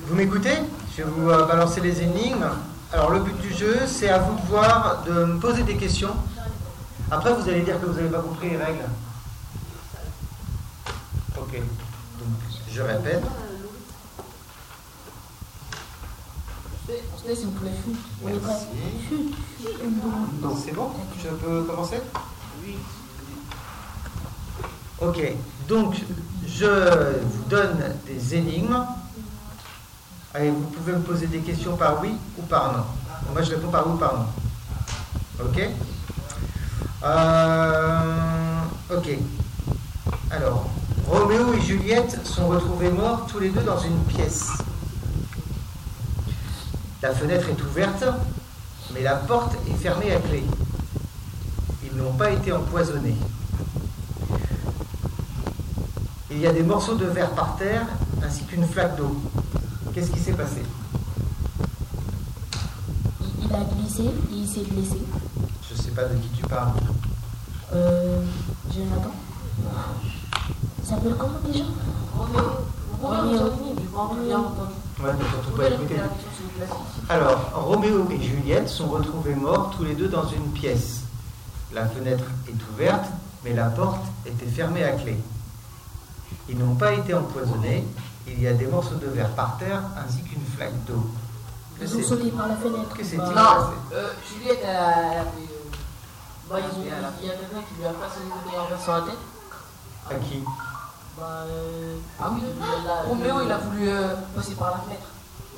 S1: vous m'écoutez Je vais vous euh, balancer les énigmes. Alors, le but du jeu, c'est à vous de voir, de me poser des questions. Après, vous allez dire que vous n'avez pas compris les règles. Ok. Donc, je répète.
S6: On se laisse, s'il vous plaît. On est prêt.
S1: Merci. Donc, c'est bon Je peux commencer Oui. Ok. Donc, je vous donne des énigmes. Allez, vous pouvez me poser des questions par oui ou par non. Moi, je réponds par oui ou par non. Ok Euh, Ok. Alors, Roméo et Juliette sont retrouvés morts tous les deux dans une pièce. La fenêtre est ouverte, mais la porte est fermée à clé. Ils n'ont pas été empoisonnés. Il y a des morceaux de verre par terre, ainsi qu'une flaque d'eau. Qu'est-ce qui s'est passé
S6: Il, il a glissé et il s'est blessé.
S1: Je ne sais pas de qui tu parles.
S6: Euh, Jonathan. Il s'appelle comment déjà Roméo.
S1: Ouais, mais surtout pas écouter. Alors, Roméo et Juliette sont retrouvés morts tous les deux dans une pièce. La fenêtre est ouverte, mais la porte était fermée à clé. Ils n'ont pas été empoisonnés. Il y a des morceaux de verre par terre, ainsi qu'une flaque d'eau. Que
S6: Ils ont
S1: c'est-
S6: sauté par la fenêtre.
S1: que c'est-il
S6: Bah,
S1: passé
S5: Euh, Juliette, elle a... elle a fait, euh, bah, ils ont-
S2: Et elle a-
S5: il y a quelqu'un qui lui a passé une bouteille en verre sur la tête.
S1: À qui
S5: Bah, euh,
S2: Ah oui.
S5: elle a-
S2: Roméo, il a voulu euh, passer par la fenêtre.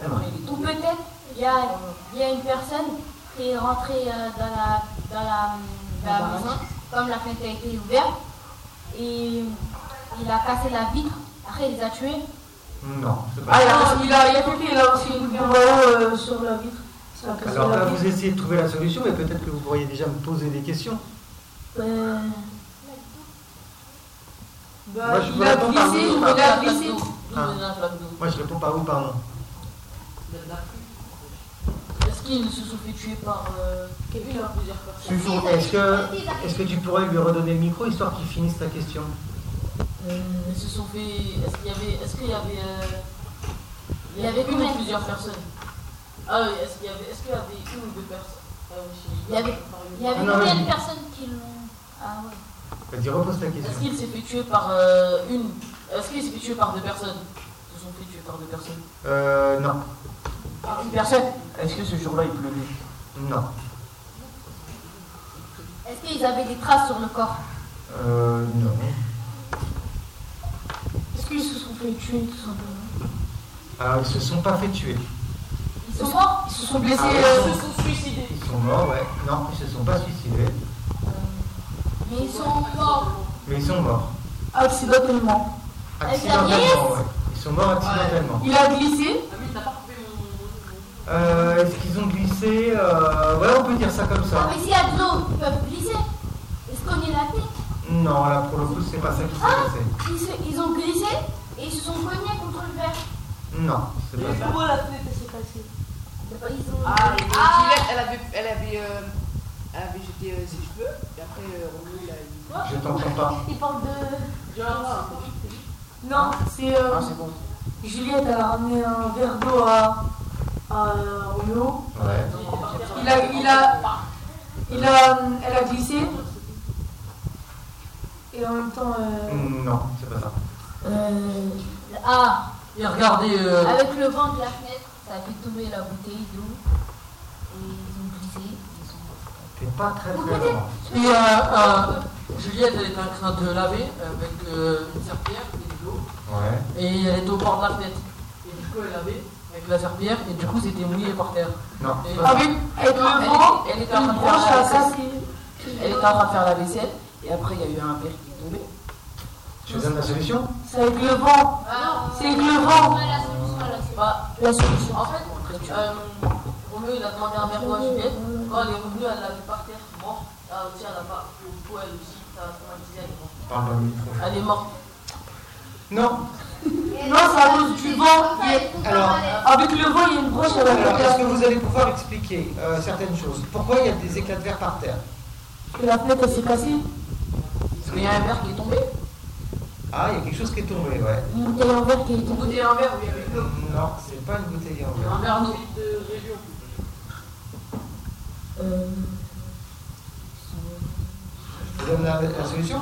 S5: Après, il est
S11: Ou
S5: tombé.
S11: peut-être, il y a, il y a une personne qui est rentrée euh, dans la,
S3: hum,
S11: dans la, dans la maison, comme la fenêtre a été ouverte, et il a cassé la vitre, après il les a tués.
S1: Non, c'est pas
S6: Ah,
S1: ça.
S6: il a, il a, il a quelqu'un, il a aussi une bouteille d'eau euh, sur la vitre.
S1: Ah, Alors là, vous essayez de trouver la solution, mais peut-être que vous pourriez déjà me poser des questions.
S6: Euh,
S2: Bah,
S1: Moi, je peux
S2: il a
S1: répondre par
S2: glissé,
S1: oui ou
S2: il
S1: par
S2: a
S1: non.
S2: glissé.
S1: Ah.
S2: Il a un flaque d'eau.
S1: Moi, je réponds par oui ou par non.
S2: Est-ce qu'il se sont fait tuer par euh, quelqu'un plusieurs personnes
S1: Est-ce que, est que tu pourrais lui redonner le micro histoire qu'il finisse ta question
S2: Euh, Ils se sont fait. Est-ce qu'il y avait. Est-ce qu'il y avait. euh, Il y avait une ou plusieurs personnes Ah oui, est-ce qu'il y avait. Est-ce qu'il y avait une ou deux personnes Ah oui, je-
S3: Il y avait, il y avait
S1: Ah, non,
S3: combien
S1: vas-y.
S3: de personnes qui l'ont. Ah ouais.
S1: Vas-y, repose ta question.
S2: Est-ce qu'il s'est fait tuer par euh, une Est-ce qu'il s'est fait tuer par deux personnes Ils se sont fait tuer par deux personnes.
S1: Euh, non.
S2: Par une personne
S20: Est-ce que ce jour-là il pleuvait
S1: Non.
S3: Est-ce qu'ils avaient des traces sur le corps
S1: Euh, non.
S6: Est-ce qu'ils se sont fait tuer tout simplement
S1: Alors, ils se sont pas fait tuer.
S3: Ils sont morts
S2: Ils se sont blessés,
S1: Ah,
S2: euh,
S1: ouais.
S2: se sont suicidés.
S1: Ils sont morts, ouais. Non, ils se sont pas suicidés,
S3: Mais ils sont morts.
S1: mais ils sont morts.
S6: ah, Accidentellement.
S1: Accidentellement, ouais. Ils sont morts accidentellement.
S6: Il a glissé
S1: Euh, Est-ce qu'ils ont glissé euh... Ouais, on peut dire ça comme ça.
S3: Mais s'il y a de l'eau, ils peuvent glisser. Ils se cognaient la tête.
S1: Non, là, pour le coup, c'est pas ça qui s'est passé.
S3: Ils, se- ils ont glissé et ils se sont cognés contre le verre.
S1: Non, c'est pas ça.
S21: la fenêtre s'est passée
S3: Ils ont...
S21: Ah, et
S3: Ah.
S21: Juliette, elle avait, elle avait, euh, elle avait jeté euh, ses cheveux, et après, euh, Romeo, il a eu.
S1: Je t'entends pas.
S21: Il parle de. Genre.
S6: Non, c'est. euh, Juliette, elle a ramené un verre d'eau à. à Romeo.
S1: Ouais.
S6: Il a, il a, il a, elle a glissé. Et en même temps, euh,
S1: Non, c'est pas ça.
S6: euh,
S3: Ah
S2: Et regardez, euh,
S3: Avec le vent de la fenêtre, ça a fait tomber la bouteille d'eau. Et ils ont glissé. Ils sont morts.
S1: T'es pas très très loin.
S2: Et euh, euh, Juliette, elle est en train de laver avec euh, une serpillère et de l'eau.
S1: Ouais.
S2: Et elle est au bord de la fenêtre. Et du coup, elle lavait avec la serpillère et du coup, c'était mouillé par terre.
S1: Non.
S2: Ah Et-
S6: Avec- avec le
S2: Elle
S6: vent,
S2: était- elle était en
S6: une
S2: train de
S6: branche
S2: faire la
S6: a
S2: vaisselle.
S6: cassé.
S2: Elle était en train de faire la vaisselle et après, il y a eu un verre qui est tombé.
S1: Je te donne la solution
S6: C'est avec le vent.
S3: Ah.
S6: C'est avec le vent.
S3: Ouais, la solution, la solution.
S2: Bah,
S6: La solution.
S2: en fait, euh, Roméo, il a demandé un verre d'eau à Juliette. Quand elle est revenue, elle l'a vu par terre, morte. Ah, tiens, elle a pas. Du coup, elle aussi, t'as traumatisé, elle est morte.
S1: Parle dans le micro.
S2: Elle est morte.
S1: Non.
S6: Non, c'est à cause du vent. Il y a-
S1: Alors,
S6: Avec le vent, il y a une branche à la
S1: alors, est-ce que
S6: fenêtre.
S1: vous allez pouvoir expliquer euh, certaines choses Pourquoi il y a des éclats de verre par terre
S6: Et la fenêtre, elle s'est cassée.
S2: Parce qu'il y a un verre qui est tombé.
S1: Ah, il y a quelque chose qui est tombé, ouais.
S6: Une bouteille en verre qui est
S2: Au bout
S6: tombée.
S2: d'un verre, il y avait une eau.
S1: Non, c'est pas une bouteille en verre.
S2: Un verre d'eau.
S6: Euh,
S1: Je te donne la, la solution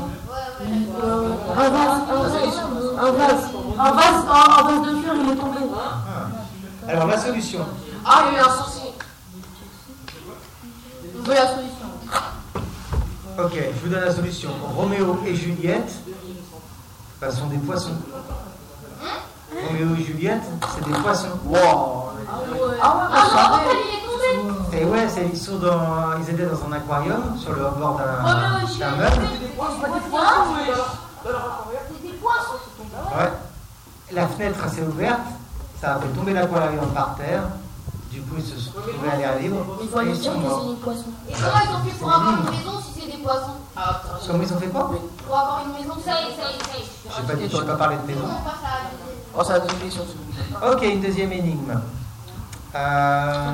S6: euh, un vase, un vase, un vase, un vase, un- un vase de fleurs, il est tombé.
S1: Ah. Alors, la solution.
S2: Ah, il y a eu un sorcier.
S3: On veut la solution.
S1: Ok, je vous donne la solution. Roméo et Juliette bah, sont des poissons. Roméo et Juliette, c'est des poissons.
S3: Ah non, Roméo, il est tombé
S1: Et ouais, c'est- ils, sont dans, ils étaient dans un aquarium sur le bord d'un
S3: Roméo, je suis
S1: d'un meuble.
S3: C'est des poissons
S1: Ouais. La fenêtre s'est ouverte, ça a fait tomber l'aquarium par terre. Du coup, ils se sont trouvés à l'air libre.
S6: Il faut
S1: et
S6: lui
S1: ils
S6: dire
S1: sont
S6: que c'est
S1: morts.
S6: une poisson.
S3: Et comment ils ont fait pour avoir une maison si c'est des poissons
S2: Ah,
S1: Comment ils ont fait quoi
S3: Pour avoir une maison, ça y est, ça y est, ça y est.
S1: Je n'ai pas, dit- j'ai pas parlé de maison.
S3: On passe à la deuxième.
S2: Oh, ça a donné sur ce coup.
S1: Ok, une deuxième énigme. Euh,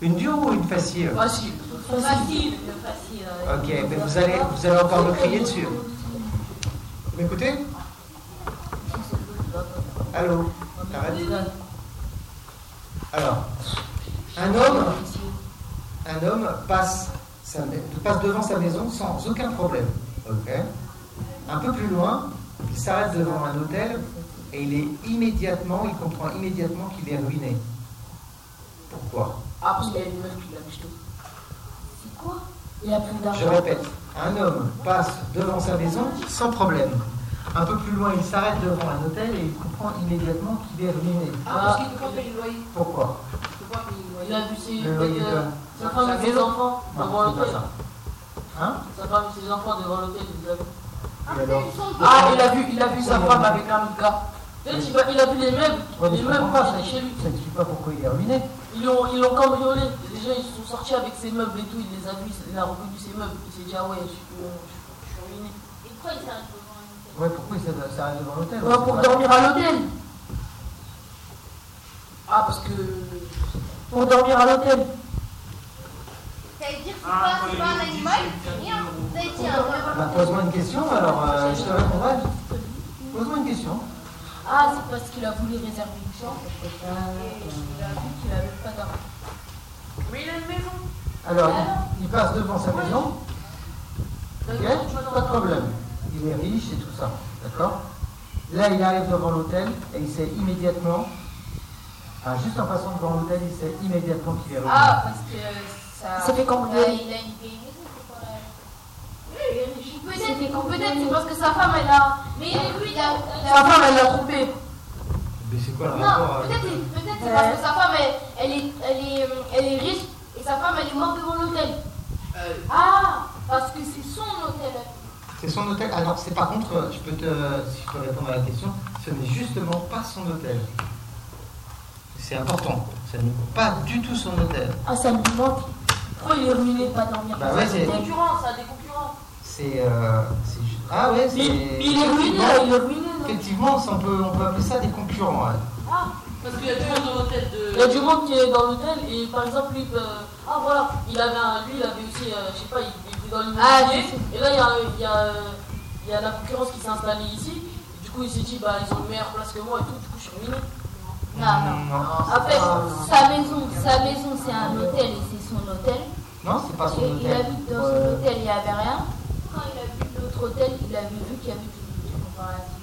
S1: Une dure ou une facile
S2: Facile.
S3: Facile, facile. euh,
S1: Ok, mais vous allez, vous allez encore me crier dessus. Vous m'écoutez Allô T'arrêtes Alors, un homme, un homme passe, sa mai- passe devant sa maison sans aucun problème. Ok. Un peu plus loin, il s'arrête devant un hôtel et il est immédiatement, il comprend immédiatement qu'il est ruiné. Pourquoi
S2: Ah, parce qu'il y a une meuf qui l'a jeté.
S6: C'est quoi Il a plus
S1: Je
S6: d'argent.
S1: répète, un homme passe devant sa maison sans problème. Un peu plus loin, il s'arrête devant un hôtel et il comprend immédiatement qu'il est ruiné.
S21: Ah, parce qu'il ne peut pas payer le loyer.
S1: Pourquoi
S21: Il peut pas payer le
S2: Il
S21: loyer.
S2: a vu ses,
S1: Mais oui,
S2: euh,
S1: euh,
S2: sa femme et ses enfants
S1: Non,
S2: devant
S1: c'est pas
S2: l'hôtel.
S1: ça. Hein
S2: Sa femme et
S3: Ah,
S2: ses enfants devant l'hôtel, il les a vus.
S1: Et alors
S2: Ah, il a vu, il a vu sa femme avec un gars. Peut-être qu'il va- il a vu les meubles,
S22: Ouais, mais
S2: les
S22: je
S2: meubles
S22: comprends pas,
S2: qui
S22: ça
S2: étaient chez lui.
S22: ça explique pas pourquoi il est ruiné.
S2: Ils l'ont ils l'ont cambriolé. Déjà, ils sont sortis avec ses meubles et tout. Il les a vus, il a reconnu ses meubles. Il s'est dit, ah ouais, je suis, euh, je suis- je suis ruiné.
S11: Et pourquoi il s'arrête devant un hôtel
S22: Ouais, pourquoi il s'arrête- s'arrête devant l'hôtel
S2: Ouais,
S1: Bah,
S2: pour dormir à l'hôtel. Ah, parce que. Pour dormir à l'hôtel.
S11: T'allais dire, c'est pas, c'est pas un animal C'est rien T'allais dire, un-
S1: Bah, Pose-moi une question, alors euh, je te répondrai. Pose-moi une question.
S3: Ah, c'est parce qu'il a voulu réserver une chambre. Et il a vu qu'il avait pas d'argent.
S23: Mais il a une maison.
S22: Alors, il, il passe devant sa maison. Ok Pas de problème. Il est riche et tout ça. D'accord Là, il arrive devant l'hôtel et il sait immédiatement. Enfin, juste en passant devant l'hôtel, il sait immédiatement qu'il est riche.
S3: Ah, parce que ça.
S6: C'est fait cambrioler.
S3: Il a une vieille maison.
S11: C'est fait
S3: Peut-être
S11: cambrioler.
S3: peut-être c'est parce que sa femme elle a.
S11: Mais
S3: il a-
S11: lui,
S3: il a- il a-
S2: Sa femme, elle l'a trompé.
S1: Mais c'est quoi le rapport
S3: Non,
S1: avec-
S3: peut-être peut c'est parce que sa femme elle, elle, est, elle, est, euh, elle est riche et sa femme elle est morte devant l'hôtel.
S11: Ah Parce que c'est son hôtel.
S1: C'est son hôtel. Alors, c'est par contre, euh, je peux te, si je peux répondre à la question, ce n'est justement pas son hôtel. C'est important. Ce n'est pas du tout son hôtel.
S6: Ah, ça me manque. Pourquoi il est ruiné de pas dormir
S1: Bah ouais, c'est.
S2: concurrents, ça a des concurrents.
S1: c'est, euh, c'est ju- ah ouais, c'est.
S2: il est ruiné, là, il est ruiné,
S1: Effectivement, ça, on peut, on peut appeler ça des concurrents. ouais.
S2: Ah, parce qu'il y a du monde dans l'hôtel de. Il y a du monde qui est dans l'hôtel et par exemple, lui, euh, ah voilà, il avait un- lui, il avait aussi, euh, je sais pas, il, il était dans l'immobilier. et là, il y a, il y a, euh, il y a la concurrence qui s'est installée ici. Du coup, il s'est dit, bah, ils ont une meilleure place que moi et tout, du coup, je suis ruiné.
S3: Non, non. Après, sa maison, sa maison c'est un hôtel et c'est son hôtel.
S1: Non, c'est pas son
S3: Et il
S1: hôtel. Euh,
S3: habite dans son
S1: Ouais.
S3: hôtel, il n'y avait rien. Quand il a vu l'autre hôtel, il avait vu qu'il y avait du du comparatif.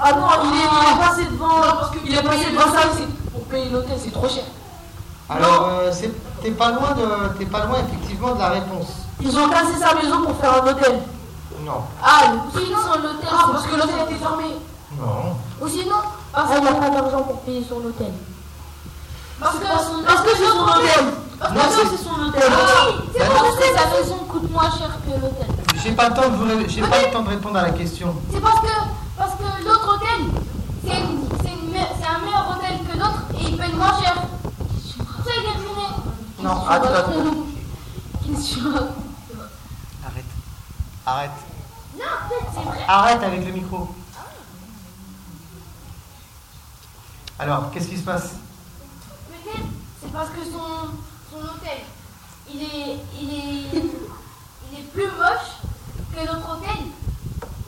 S2: Ah non, il est, il est passé devant.
S3: Non, parce que
S2: il est
S3: pour
S2: passé
S3: payer
S2: devant ça
S3: l'hôtel,
S2: aussi. Pour payer l'hôtel, c'est trop cher.
S1: Alors, euh, c'est- t'es pas loin de, t'es pas loin effectivement de la réponse.
S2: Ils ont cassé sa maison pour faire un hôtel.
S1: Non.
S2: Ah,
S3: Sinon, son hôtel,
S2: Ah,
S3: c'est
S2: parce que
S3: privé.
S2: l'hôtel était fermé.
S1: Non.
S3: Ou sinon, parce
S6: Ah, il n'a
S3: que
S6: pas d'argent pour payer son hôtel.
S3: parce que son
S2: Parce que c'est son hôtel.
S3: Parce
S1: Non,
S3: que
S1: c'est-
S3: c'est son hôtel.
S1: Ah oui, c'est
S3: c'est
S1: son
S3: parce que sa maison coûte moins cher que l'hôtel.
S1: J'ai pas le temps de vous, ré- j'ai pas le temps de répondre à la question.
S3: C'est parce que, parce que l'autre hôtel, c'est une- c'est une me- c'est un meilleur hôtel que l'autre et il paye moins cher. Ça, il est ruiné.
S1: Non, attends.
S3: Qu'est-ce que tu racontes
S1: Arrête. Arrête.
S3: Non, c'est vrai.
S1: Arrête avec le micro. Alors, qu'est-ce qui se passe
S3: Peut-être c'est parce que son, son hôtel, il est, il, est, il est plus moche que notre hôtel.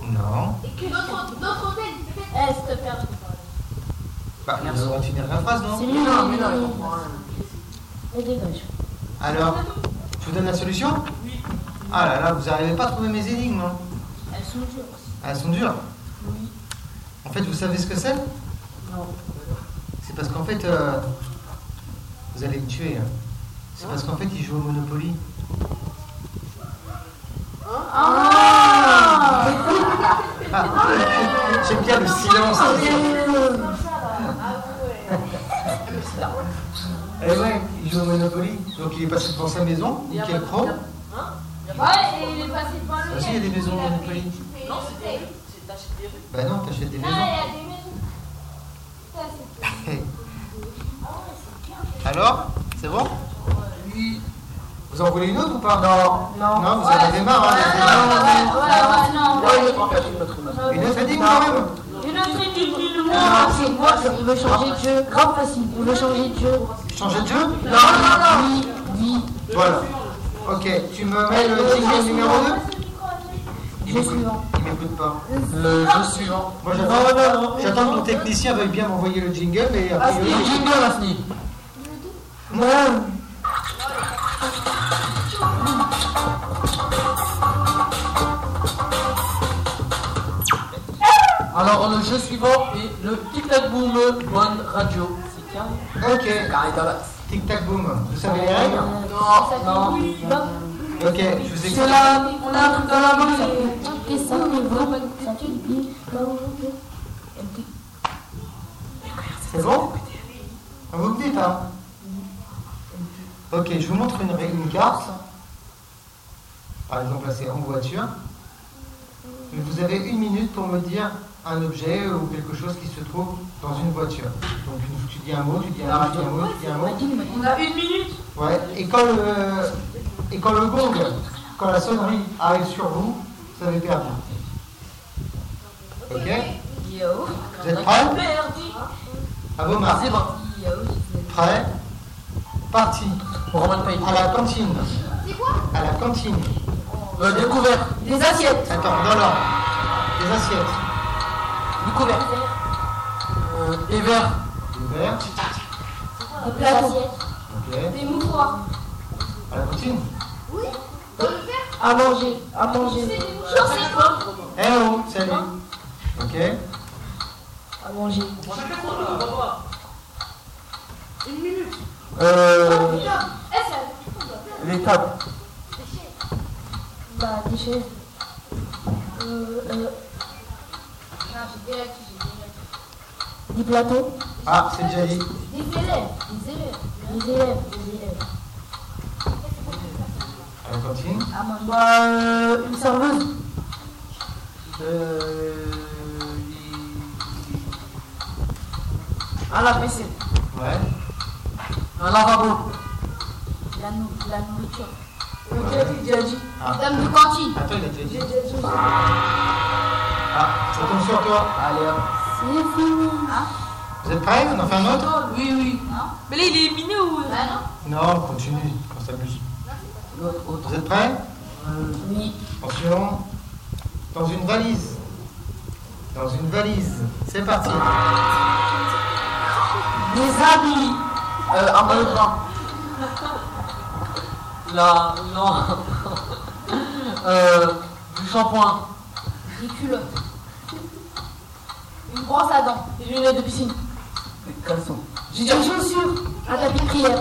S1: Non.
S3: Et que notre, notre hôtel, peut-être... Eh, s'il te plaît, arrête de parler.
S1: Bah, on va finir la phrase, non
S6: C'est
S2: Mais
S6: lui,
S2: non,
S6: il
S2: mais
S6: est
S2: non, il
S6: ruiné.
S2: comprend rien.
S6: Mais dégage.
S1: Alors, je vous donne la solution Oui. Ah là là, vous n'arrivez pas à trouver mes énigmes, hein
S6: Elles sont dures.
S1: Ah, Elles sont dures.
S6: Oui.
S1: En fait, vous savez ce que c'est
S6: Non.
S1: C'est parce qu'en fait, euh, vous allez me tuer. hein. C'est parce qu'en fait, ils jouent au Monopoly. Ah. J'aime Ah. bien le silence.
S6: Ah,
S1: Eh ouais, il joue au Monopoly. Donc il est passé devant sa maison, nickel pro.
S11: Ouais, et il est passé devant le
S1: Vas-y, il y a des maisons au Monopoly.
S11: Non, c'était.
S1: Bah non, t'achètes des
S11: Non, il y
S1: maisons.
S11: a des maisons. Ça, c'est tout.
S1: Alors, c'est bon Vous en voulez une autre ou pas Non. Non, vous en avez marre. hein,
S3: Ouais, ouais, non, ouais.
S1: Une autre énigme quand même
S3: Une autre énigme.
S6: Ah, c'est moi, il veut changer de jeu. Grave facile, il veut changer de jeu.
S1: Changer de jeu
S6: Non, non,
S1: Oui, oui. Voilà. Ok, tu me mets le jingle numéro 2 Il m'écoute- il m'écoute pas.
S24: Le jeu suivant.
S1: Moi,
S24: Non, non,
S1: j'attends
S24: non.
S1: j'attends que mon technicien veuille bien m'envoyer le jingle et
S2: Ah,
S1: a
S24: Asni,
S1: priori-
S24: jingle, Asni.
S1: Non.
S24: Alors, le jeu suivant est le tic-tac-boom bonne radio. C'est calme.
S1: Ok,
S24: Carré dans l'axe.
S1: tic tac boom. Vous savez les règles
S24: Non, non.
S1: Ok, je vous explique.
S6: on a un truc dans la main. Qu'est-ce que ça, mais vraiment, ça tue le pied.
S1: C'est bon Vous me dites, hein Ok, je vous montre une, une carte. Par exemple, là, c'est en voiture. Mais Vous avez une minute pour me dire un objet ou quelque chose qui se trouve dans une voiture. Donc une- tu dis un mot, tu dis un
S25: La
S1: mot, tu
S25: radio.
S1: dis un mot, tu dis un mot.
S26: On a une minute.
S1: Ouais. Et quand le, et quand le gong, quand la sonnerie arrive sur vous, vous avez perdu. Ok
S26: Yo.
S1: Vous êtes prêts Ah
S26: Perdu.
S1: À vos marques. Prêt Parti. À la cantine.
S27: C'est quoi
S1: À la cantine.
S2: découvert.
S1: Des assiettes. Attends, non, non. Des assiettes.
S2: Découvert. Euh, des verres.
S1: Des verres.
S27: Un plateau.
S1: Ok.
S27: Des mouchoirs.
S1: À la cantine.
S27: Oui. Dans le verre.
S6: À manger, à manger.
S27: C'est des mouchoirs, c'est quoi
S1: Eh oh, salut. Ok.
S6: À manger.
S27: Une minute.
S28: Euh,
S27: Eh, ça.
S28: les tables.
S6: Bah, des chaises. Euh, euh,
S3: Non, j'ai déjà dit, j'ai déjà dit.
S6: des plateaux.
S1: Ah, c'est déjà dit.
S3: Des élèves, des élèves.
S6: Des élèves, des élèves.
S1: À la cantine.
S6: À manger.
S26: Bah, euh, une serveuse.
S28: Euh,
S26: À la piscine.
S1: Ouais.
S2: Un lavabo.
S3: La, nou- la nourriture.
S26: déjà dit.
S1: Ah.
S3: Dame de cantine.
S1: Attends, il a déjà dit. Ah, ça tombe sur toi. Allez, hop.
S3: C'est fini. Hein
S1: Vous êtes prêts On en fait un autre
S26: Oui, oui. Mais là, il est éliminé ou.
S3: Bah non.
S1: Non, on continue, on s'amuse. Vous êtes prêts
S2: Euh,
S6: Oui.
S1: Attention. Dans une valise. Dans une valise. C'est parti.
S2: Des habits. Euh, un maillot de bain. La. Non. euh, du shampoing.
S3: Des culottes. Une brosse à dents.
S26: Des lunettes de piscine.
S28: les caleçons.
S26: J'ai dit chaussures.
S6: Un tapis de prière.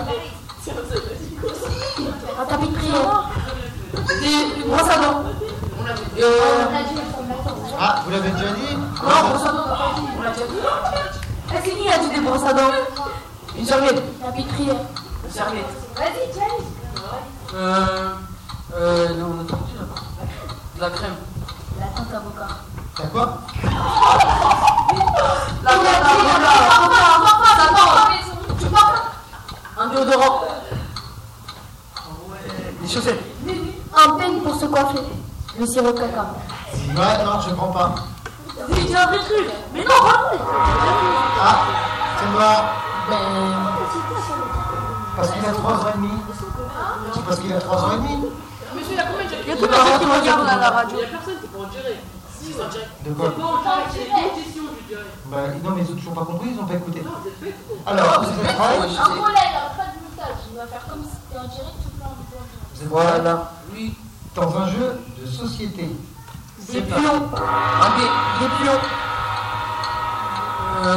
S6: Un tapis de
S3: Ah,
S6: prière.
S26: Des brosses à dents. Euh,
S3: On a dit la première fois.
S1: Ah, vous l'avez déjà dit
S26: Non, brosses à dents, on l'a pas dit. On l'a déjà dit. Ah, c'est qui a dit des brosses à dents Une serviette.
S6: Tapis de prière.
S26: Une serviette.
S27: Vas-y, James.
S2: Euh. Euh. Non, on a entendu là. De la crème.
S3: La tente avocat.
S1: T'as quoi
S26: La crème, la crème, la crème.
S3: Oh, Tu vois
S26: Un déodorant. Des chaussettes.
S6: Un peigne pour se coiffer. Le sirop de caca.
S1: Ouais, non, je prends pas.
S26: J'ai déjà un truc. Mais non, vraiment.
S1: Ah, c'est moi.
S26: Ben.
S1: Parce qu'il a 3 ans et demi. C'est parce qu'il a 3 ans et demi.
S11: Monsieur, il y a combien de gens qui
S26: Il y a combien de gens qui regardent à la radio
S11: Il y a personne qui pourra gérer. Si, c'est en direct.
S1: De quoi
S11: Bon, je dirais, il y a une question, je dirais.
S1: Bah, non, mais ils ont toujours pas compris, ils ont pas écouté. Alors, vous êtes prêts
S3: En gros, là, il a pas de montage. Il va faire comme si c'était en direct tout le long du temps.
S1: Vous êtes prêts
S28: Voilà.
S2: Oui.
S1: Dans un jeu de société.
S2: Des
S1: C'est parti.
S2: pions. Un dé. Des pions. Euh.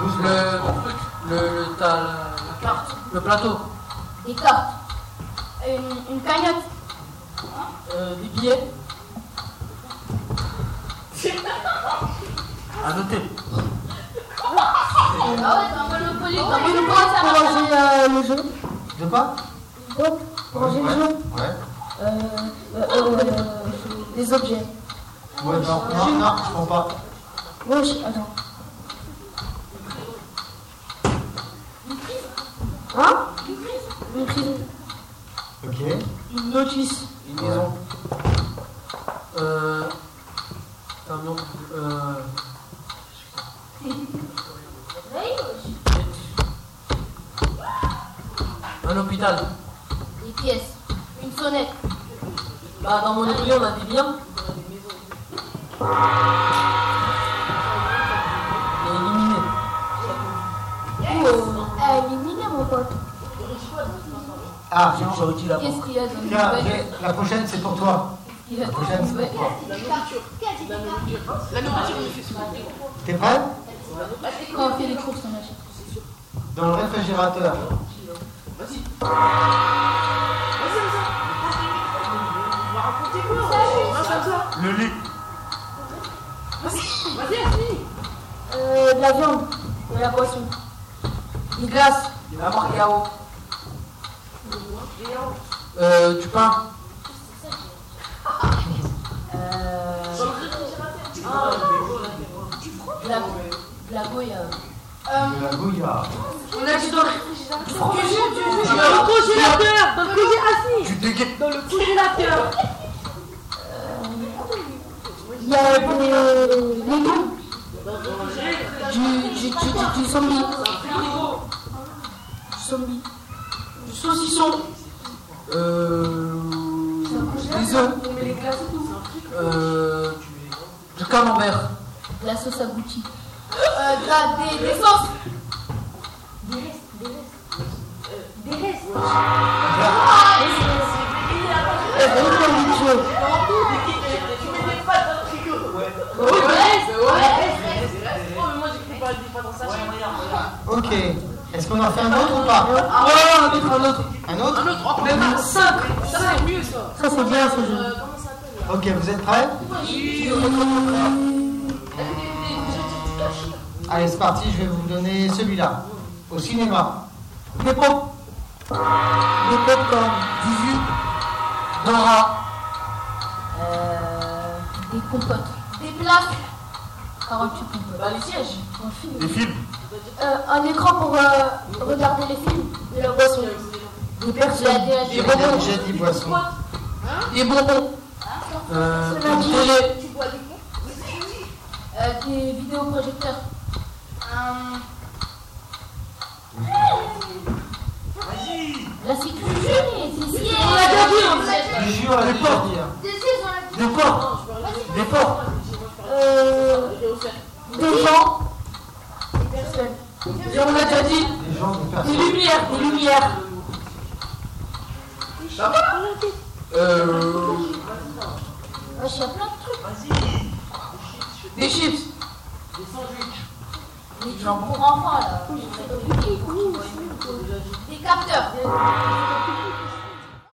S1: Vous
S2: Le. Le. le t'as la, la carte. Le plateau.
S3: Des cartes. Une, une cagnotte.
S2: Euh, des billets. À noter.
S3: Ah ouais, dans Monopoly, dans
S6: Une
S3: Monopoly,
S6: boîte
S3: ça
S6: pour
S3: marche.
S6: ranger euh, le jeu.
S1: De quoi
S6: Une boîte pour ranger le jeu.
S1: Ouais.
S6: Euh, euh, euh, les objets.
S1: Ouais, non, non, non, je prends pas.
S6: Gauche, oh attends. Hein Une prison.
S1: Ok.
S26: Une notice.
S1: Une maison.
S2: Euh. T'as un nom. Euh. Un hôpital.
S3: Des pièces. Une sonnette.
S26: Bah, dans mon école, on a des biens.
S2: Il est éliminé.
S6: Oh,
S3: Elle est mignonne, mon pote.
S1: Ah,
S28: J'aurais dit la
S3: Qu'est-ce qu'il y a dans le
S1: tiens,
S3: nouvelle
S1: j'ai- la prochaine c'est pour toi.
S3: Il y a
S1: La
S3: dans
S1: prochaine
S3: le
S1: c'est
S3: nouvelle
S1: pour toi.
S11: La nourriture. La nourriture, monsieur, s'il vous plaît.
S1: T'es prêt
S3: Quand on fait les courses, on achète.
S1: Dans le réfrigérateur.
S11: Vas-y. Vas-y, vas-y. Bah, racontez-moi. Non, comme ça.
S28: Le lit.
S11: Vas-y, vas-y, vas-y.
S6: euh, de la viande. De la poisson.
S26: Une glace. La marque Yao.
S2: Euh. Du pain.
S6: Euh,
S11: Ah,
S3: euh,
S1: De la bouillarde.
S29: On a dit dans
S11: Dans
S29: le
S11: le congélateur, dans le congélateur, assis. Dans le congélateur.
S6: Il y a des légumes. Du, du, du, du, du zombie. Du zombie.
S29: Du saucisson.
S2: Euh. Des œufs.
S29: On met les glaces et tout.
S2: Euh. Du camembert.
S6: De la sauce aboutie.
S3: Euh, de la- des, des sauces.
S30: Des restes, des restes. Euh, des restes.
S3: Ah, des sauces.
S11: Tu mets des pâtes dans le frigo.
S1: Ouais, ouais,
S11: ouais. Oh, mais moi, j'ai cru parler des pâtes en sachet.
S1: Ok. Est-ce qu'on en fait un autre ou pas
S11: Ah
S1: Ouais, on en fait un autre. Un autre
S11: Un autre, encore
S1: Même
S11: un.
S1: cinq.
S11: Ça, c'est mieux, ça.
S1: Ça, c'est bien, ce jeu.
S11: Euh, Comment ça s'appelle là
S1: Ok, vous êtes prêts Allez, c'est parti, je vais vous donner celui-là. Au cinéma. Des pop. Des pop-corn. Du jus. Dora.
S3: Euh, des compotes. Des places. Carottes tu compotes. Bah, les sièges. Un film.
S31: Des films.
S3: Euh, un écran pour euh, regarder les films. De la boisson.
S6: Des personnes.
S1: Des bonbons. J'ai dit boisson.
S6: Des bonbons.
S2: Euh.
S3: Cela dit,
S2: Une télé.
S3: tu bois du coup Euh, des vidéoprojecteurs. Euh,
S11: Vas-y.
S3: la sécurité, c'est
S11: Du
S3: si-
S11: jus, on l'a déjà dit, on
S3: hein.
S11: l'a déjà
S1: Du
S11: dit.
S1: jus, on l'a
S11: Des
S1: déjà
S11: porcs.
S1: dit, hein.
S11: Des sièges, on l'a déjà dit.
S1: Des porcs. Des porcs.
S11: Euh,
S6: Des gens. Et on l'a déjà dit.
S1: Des gens, des
S6: Des
S1: personnes.
S6: lumières. Des lumières.
S2: Euh.
S3: Moi, je sais plein de trucs.
S2: Des chips.
S3: Des sandwichs. Des gens pour enfants, là. Des capteurs.